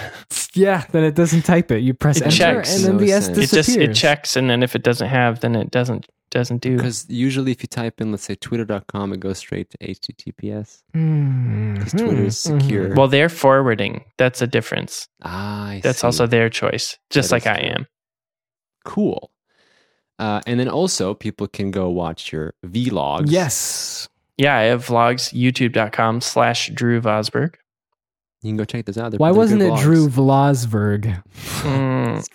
[SPEAKER 1] Yeah, then it doesn't type it. You press
[SPEAKER 3] It
[SPEAKER 1] enter,
[SPEAKER 3] checks.
[SPEAKER 1] and then
[SPEAKER 2] No
[SPEAKER 1] the S
[SPEAKER 2] sense.
[SPEAKER 3] It
[SPEAKER 1] disappears.
[SPEAKER 3] just it checks, and then if it doesn't have, then it doesn't doesn't do.
[SPEAKER 2] Because usually, if you type in, let's say, twitter.com, it goes straight to HTTPS. Because
[SPEAKER 1] Mhm,
[SPEAKER 2] Twitter is
[SPEAKER 1] mhm.
[SPEAKER 2] secure.
[SPEAKER 3] Well, they're forwarding. That's a difference.
[SPEAKER 2] ah, I
[SPEAKER 3] That's
[SPEAKER 2] see.
[SPEAKER 3] also their choice, just
[SPEAKER 2] That
[SPEAKER 3] like
[SPEAKER 2] is
[SPEAKER 3] I
[SPEAKER 2] true.
[SPEAKER 3] am.
[SPEAKER 2] cool. Uh, and then also, people can go watch your vlogs.
[SPEAKER 1] Yes.
[SPEAKER 3] Yeah, I have vlogs, youtube.com slash
[SPEAKER 2] <laughs>
[SPEAKER 3] Drew Vosberg.
[SPEAKER 2] you can go check those out. They're-
[SPEAKER 1] Why
[SPEAKER 2] they're good
[SPEAKER 1] wasn't it
[SPEAKER 2] vlogs.
[SPEAKER 1] Drew Vlasberg?
[SPEAKER 3] Mm,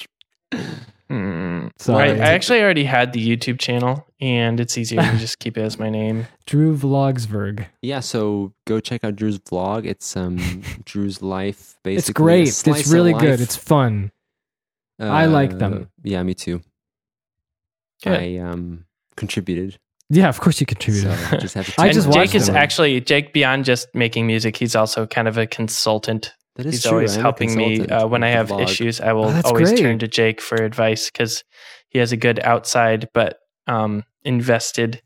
[SPEAKER 3] mm. I,
[SPEAKER 1] <laughs> Sorry,
[SPEAKER 3] I actually already had the YouTube channel, and it's easier to just keep it as my name.
[SPEAKER 1] Drew Vlogsberg.
[SPEAKER 2] Yeah, so go check out Drew's vlog.
[SPEAKER 1] <laughs>
[SPEAKER 2] It's um Drew's life. Basically,
[SPEAKER 1] It's
[SPEAKER 2] a
[SPEAKER 1] great.
[SPEAKER 2] slice
[SPEAKER 1] It's
[SPEAKER 2] of
[SPEAKER 1] really
[SPEAKER 2] life.
[SPEAKER 1] good. It's fun. I like them.
[SPEAKER 2] Uh, Yeah, me too.
[SPEAKER 3] Good.
[SPEAKER 2] <laughs> I um contributed.
[SPEAKER 1] Yeah, of course you
[SPEAKER 2] So
[SPEAKER 1] contributed.
[SPEAKER 2] I just have to.
[SPEAKER 1] <laughs> I
[SPEAKER 2] check
[SPEAKER 1] just
[SPEAKER 2] it
[SPEAKER 3] and
[SPEAKER 2] out.
[SPEAKER 1] watched
[SPEAKER 3] Jake is
[SPEAKER 1] them.
[SPEAKER 3] actually Jake beyond just making music. He's also kind of a consultant.
[SPEAKER 2] That is
[SPEAKER 3] he's
[SPEAKER 2] true. I
[SPEAKER 3] always
[SPEAKER 2] am a
[SPEAKER 3] helping me
[SPEAKER 2] consultant
[SPEAKER 3] uh, when
[SPEAKER 2] with
[SPEAKER 3] I
[SPEAKER 2] the
[SPEAKER 3] have
[SPEAKER 2] vlog.
[SPEAKER 3] issues. I will
[SPEAKER 1] Oh, that's
[SPEAKER 3] always
[SPEAKER 1] great.
[SPEAKER 3] turn to Jake for advice because he has a good outside but um, invested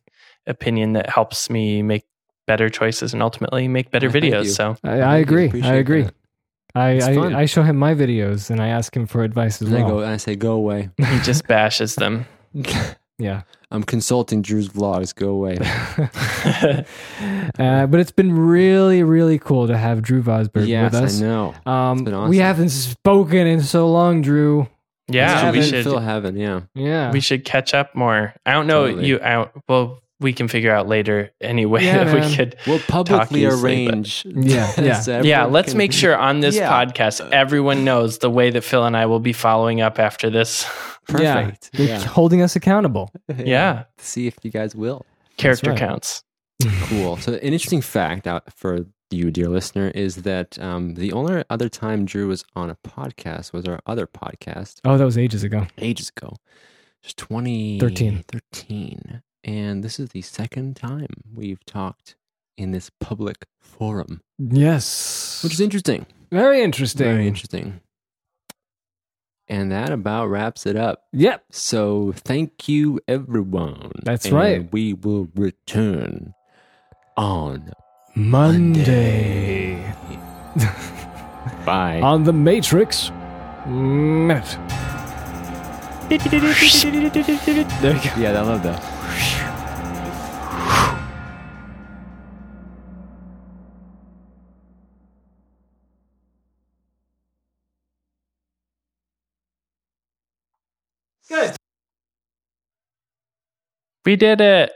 [SPEAKER 3] opinion that helps me make better choices and ultimately make better
[SPEAKER 2] Well, thank
[SPEAKER 3] videos.
[SPEAKER 2] you.
[SPEAKER 3] So
[SPEAKER 1] I,
[SPEAKER 2] Thank
[SPEAKER 1] I
[SPEAKER 2] you.
[SPEAKER 1] agree. I
[SPEAKER 2] Appreciate
[SPEAKER 1] agree.
[SPEAKER 2] that.
[SPEAKER 1] I,
[SPEAKER 2] It's fun.
[SPEAKER 1] I, I show him my videos and I ask him for advice as
[SPEAKER 2] And I
[SPEAKER 1] well.
[SPEAKER 2] go and I say, go away. <laughs>
[SPEAKER 3] he just bashes them.
[SPEAKER 1] yeah.
[SPEAKER 2] I'm consulting Drew's vlogs. Go
[SPEAKER 1] <laughs>
[SPEAKER 2] away.
[SPEAKER 1] <laughs> Uh, but it's been really, really cool to have Drew Vosberg
[SPEAKER 2] yes,
[SPEAKER 1] with us.
[SPEAKER 2] I know.
[SPEAKER 1] Um,
[SPEAKER 2] It's been
[SPEAKER 1] We
[SPEAKER 2] awesome.
[SPEAKER 1] haven't spoken in so long, Drew.
[SPEAKER 3] yeah,
[SPEAKER 1] Yeah,
[SPEAKER 3] we
[SPEAKER 1] but-
[SPEAKER 3] should
[SPEAKER 2] Phil haven't. Yeah.
[SPEAKER 1] Yeah.
[SPEAKER 3] we should catch up more. I don't know
[SPEAKER 2] Totally.
[SPEAKER 3] you out. Well, we can figure out later anyway. <laughs>
[SPEAKER 1] Yeah,
[SPEAKER 3] that we
[SPEAKER 1] man.
[SPEAKER 3] could
[SPEAKER 2] We'll publicly
[SPEAKER 3] easily, but-
[SPEAKER 2] arrange.
[SPEAKER 1] Yeah, yeah.
[SPEAKER 2] <laughs> so
[SPEAKER 3] <laughs> yeah,
[SPEAKER 2] everyone
[SPEAKER 3] let's
[SPEAKER 2] can-
[SPEAKER 3] make
[SPEAKER 2] <laughs>
[SPEAKER 3] sure on this
[SPEAKER 2] Yeah.
[SPEAKER 3] podcast everyone knows the way that Phil and I will be following up after this. <laughs>
[SPEAKER 2] <laughs> Perfect.
[SPEAKER 1] Yeah. You're holding us
[SPEAKER 2] <laughs>
[SPEAKER 1] accountable.
[SPEAKER 3] yeah,
[SPEAKER 2] See if you guys will.
[SPEAKER 3] character
[SPEAKER 1] right.
[SPEAKER 3] counts.
[SPEAKER 2] Cool. So, an interesting fact out for you, dear listener, is that um, the only other time Drew was on a podcast was our other podcast
[SPEAKER 1] Oh, that was ages ago.
[SPEAKER 2] ages ago. Just 20,
[SPEAKER 1] 13.
[SPEAKER 2] 13. And this is the second time we've talked in this public forum,
[SPEAKER 1] Yes.
[SPEAKER 2] which is interesting.
[SPEAKER 1] very interesting.
[SPEAKER 2] Very interesting. And that about wraps it up.
[SPEAKER 1] Yep.
[SPEAKER 2] So thank you, everyone.
[SPEAKER 1] That's
[SPEAKER 2] And
[SPEAKER 1] right.
[SPEAKER 2] We will return on
[SPEAKER 1] Monday.
[SPEAKER 2] Bye.
[SPEAKER 1] on the Matrix Minute. There you go.
[SPEAKER 2] yeah, I love that.
[SPEAKER 3] We did it.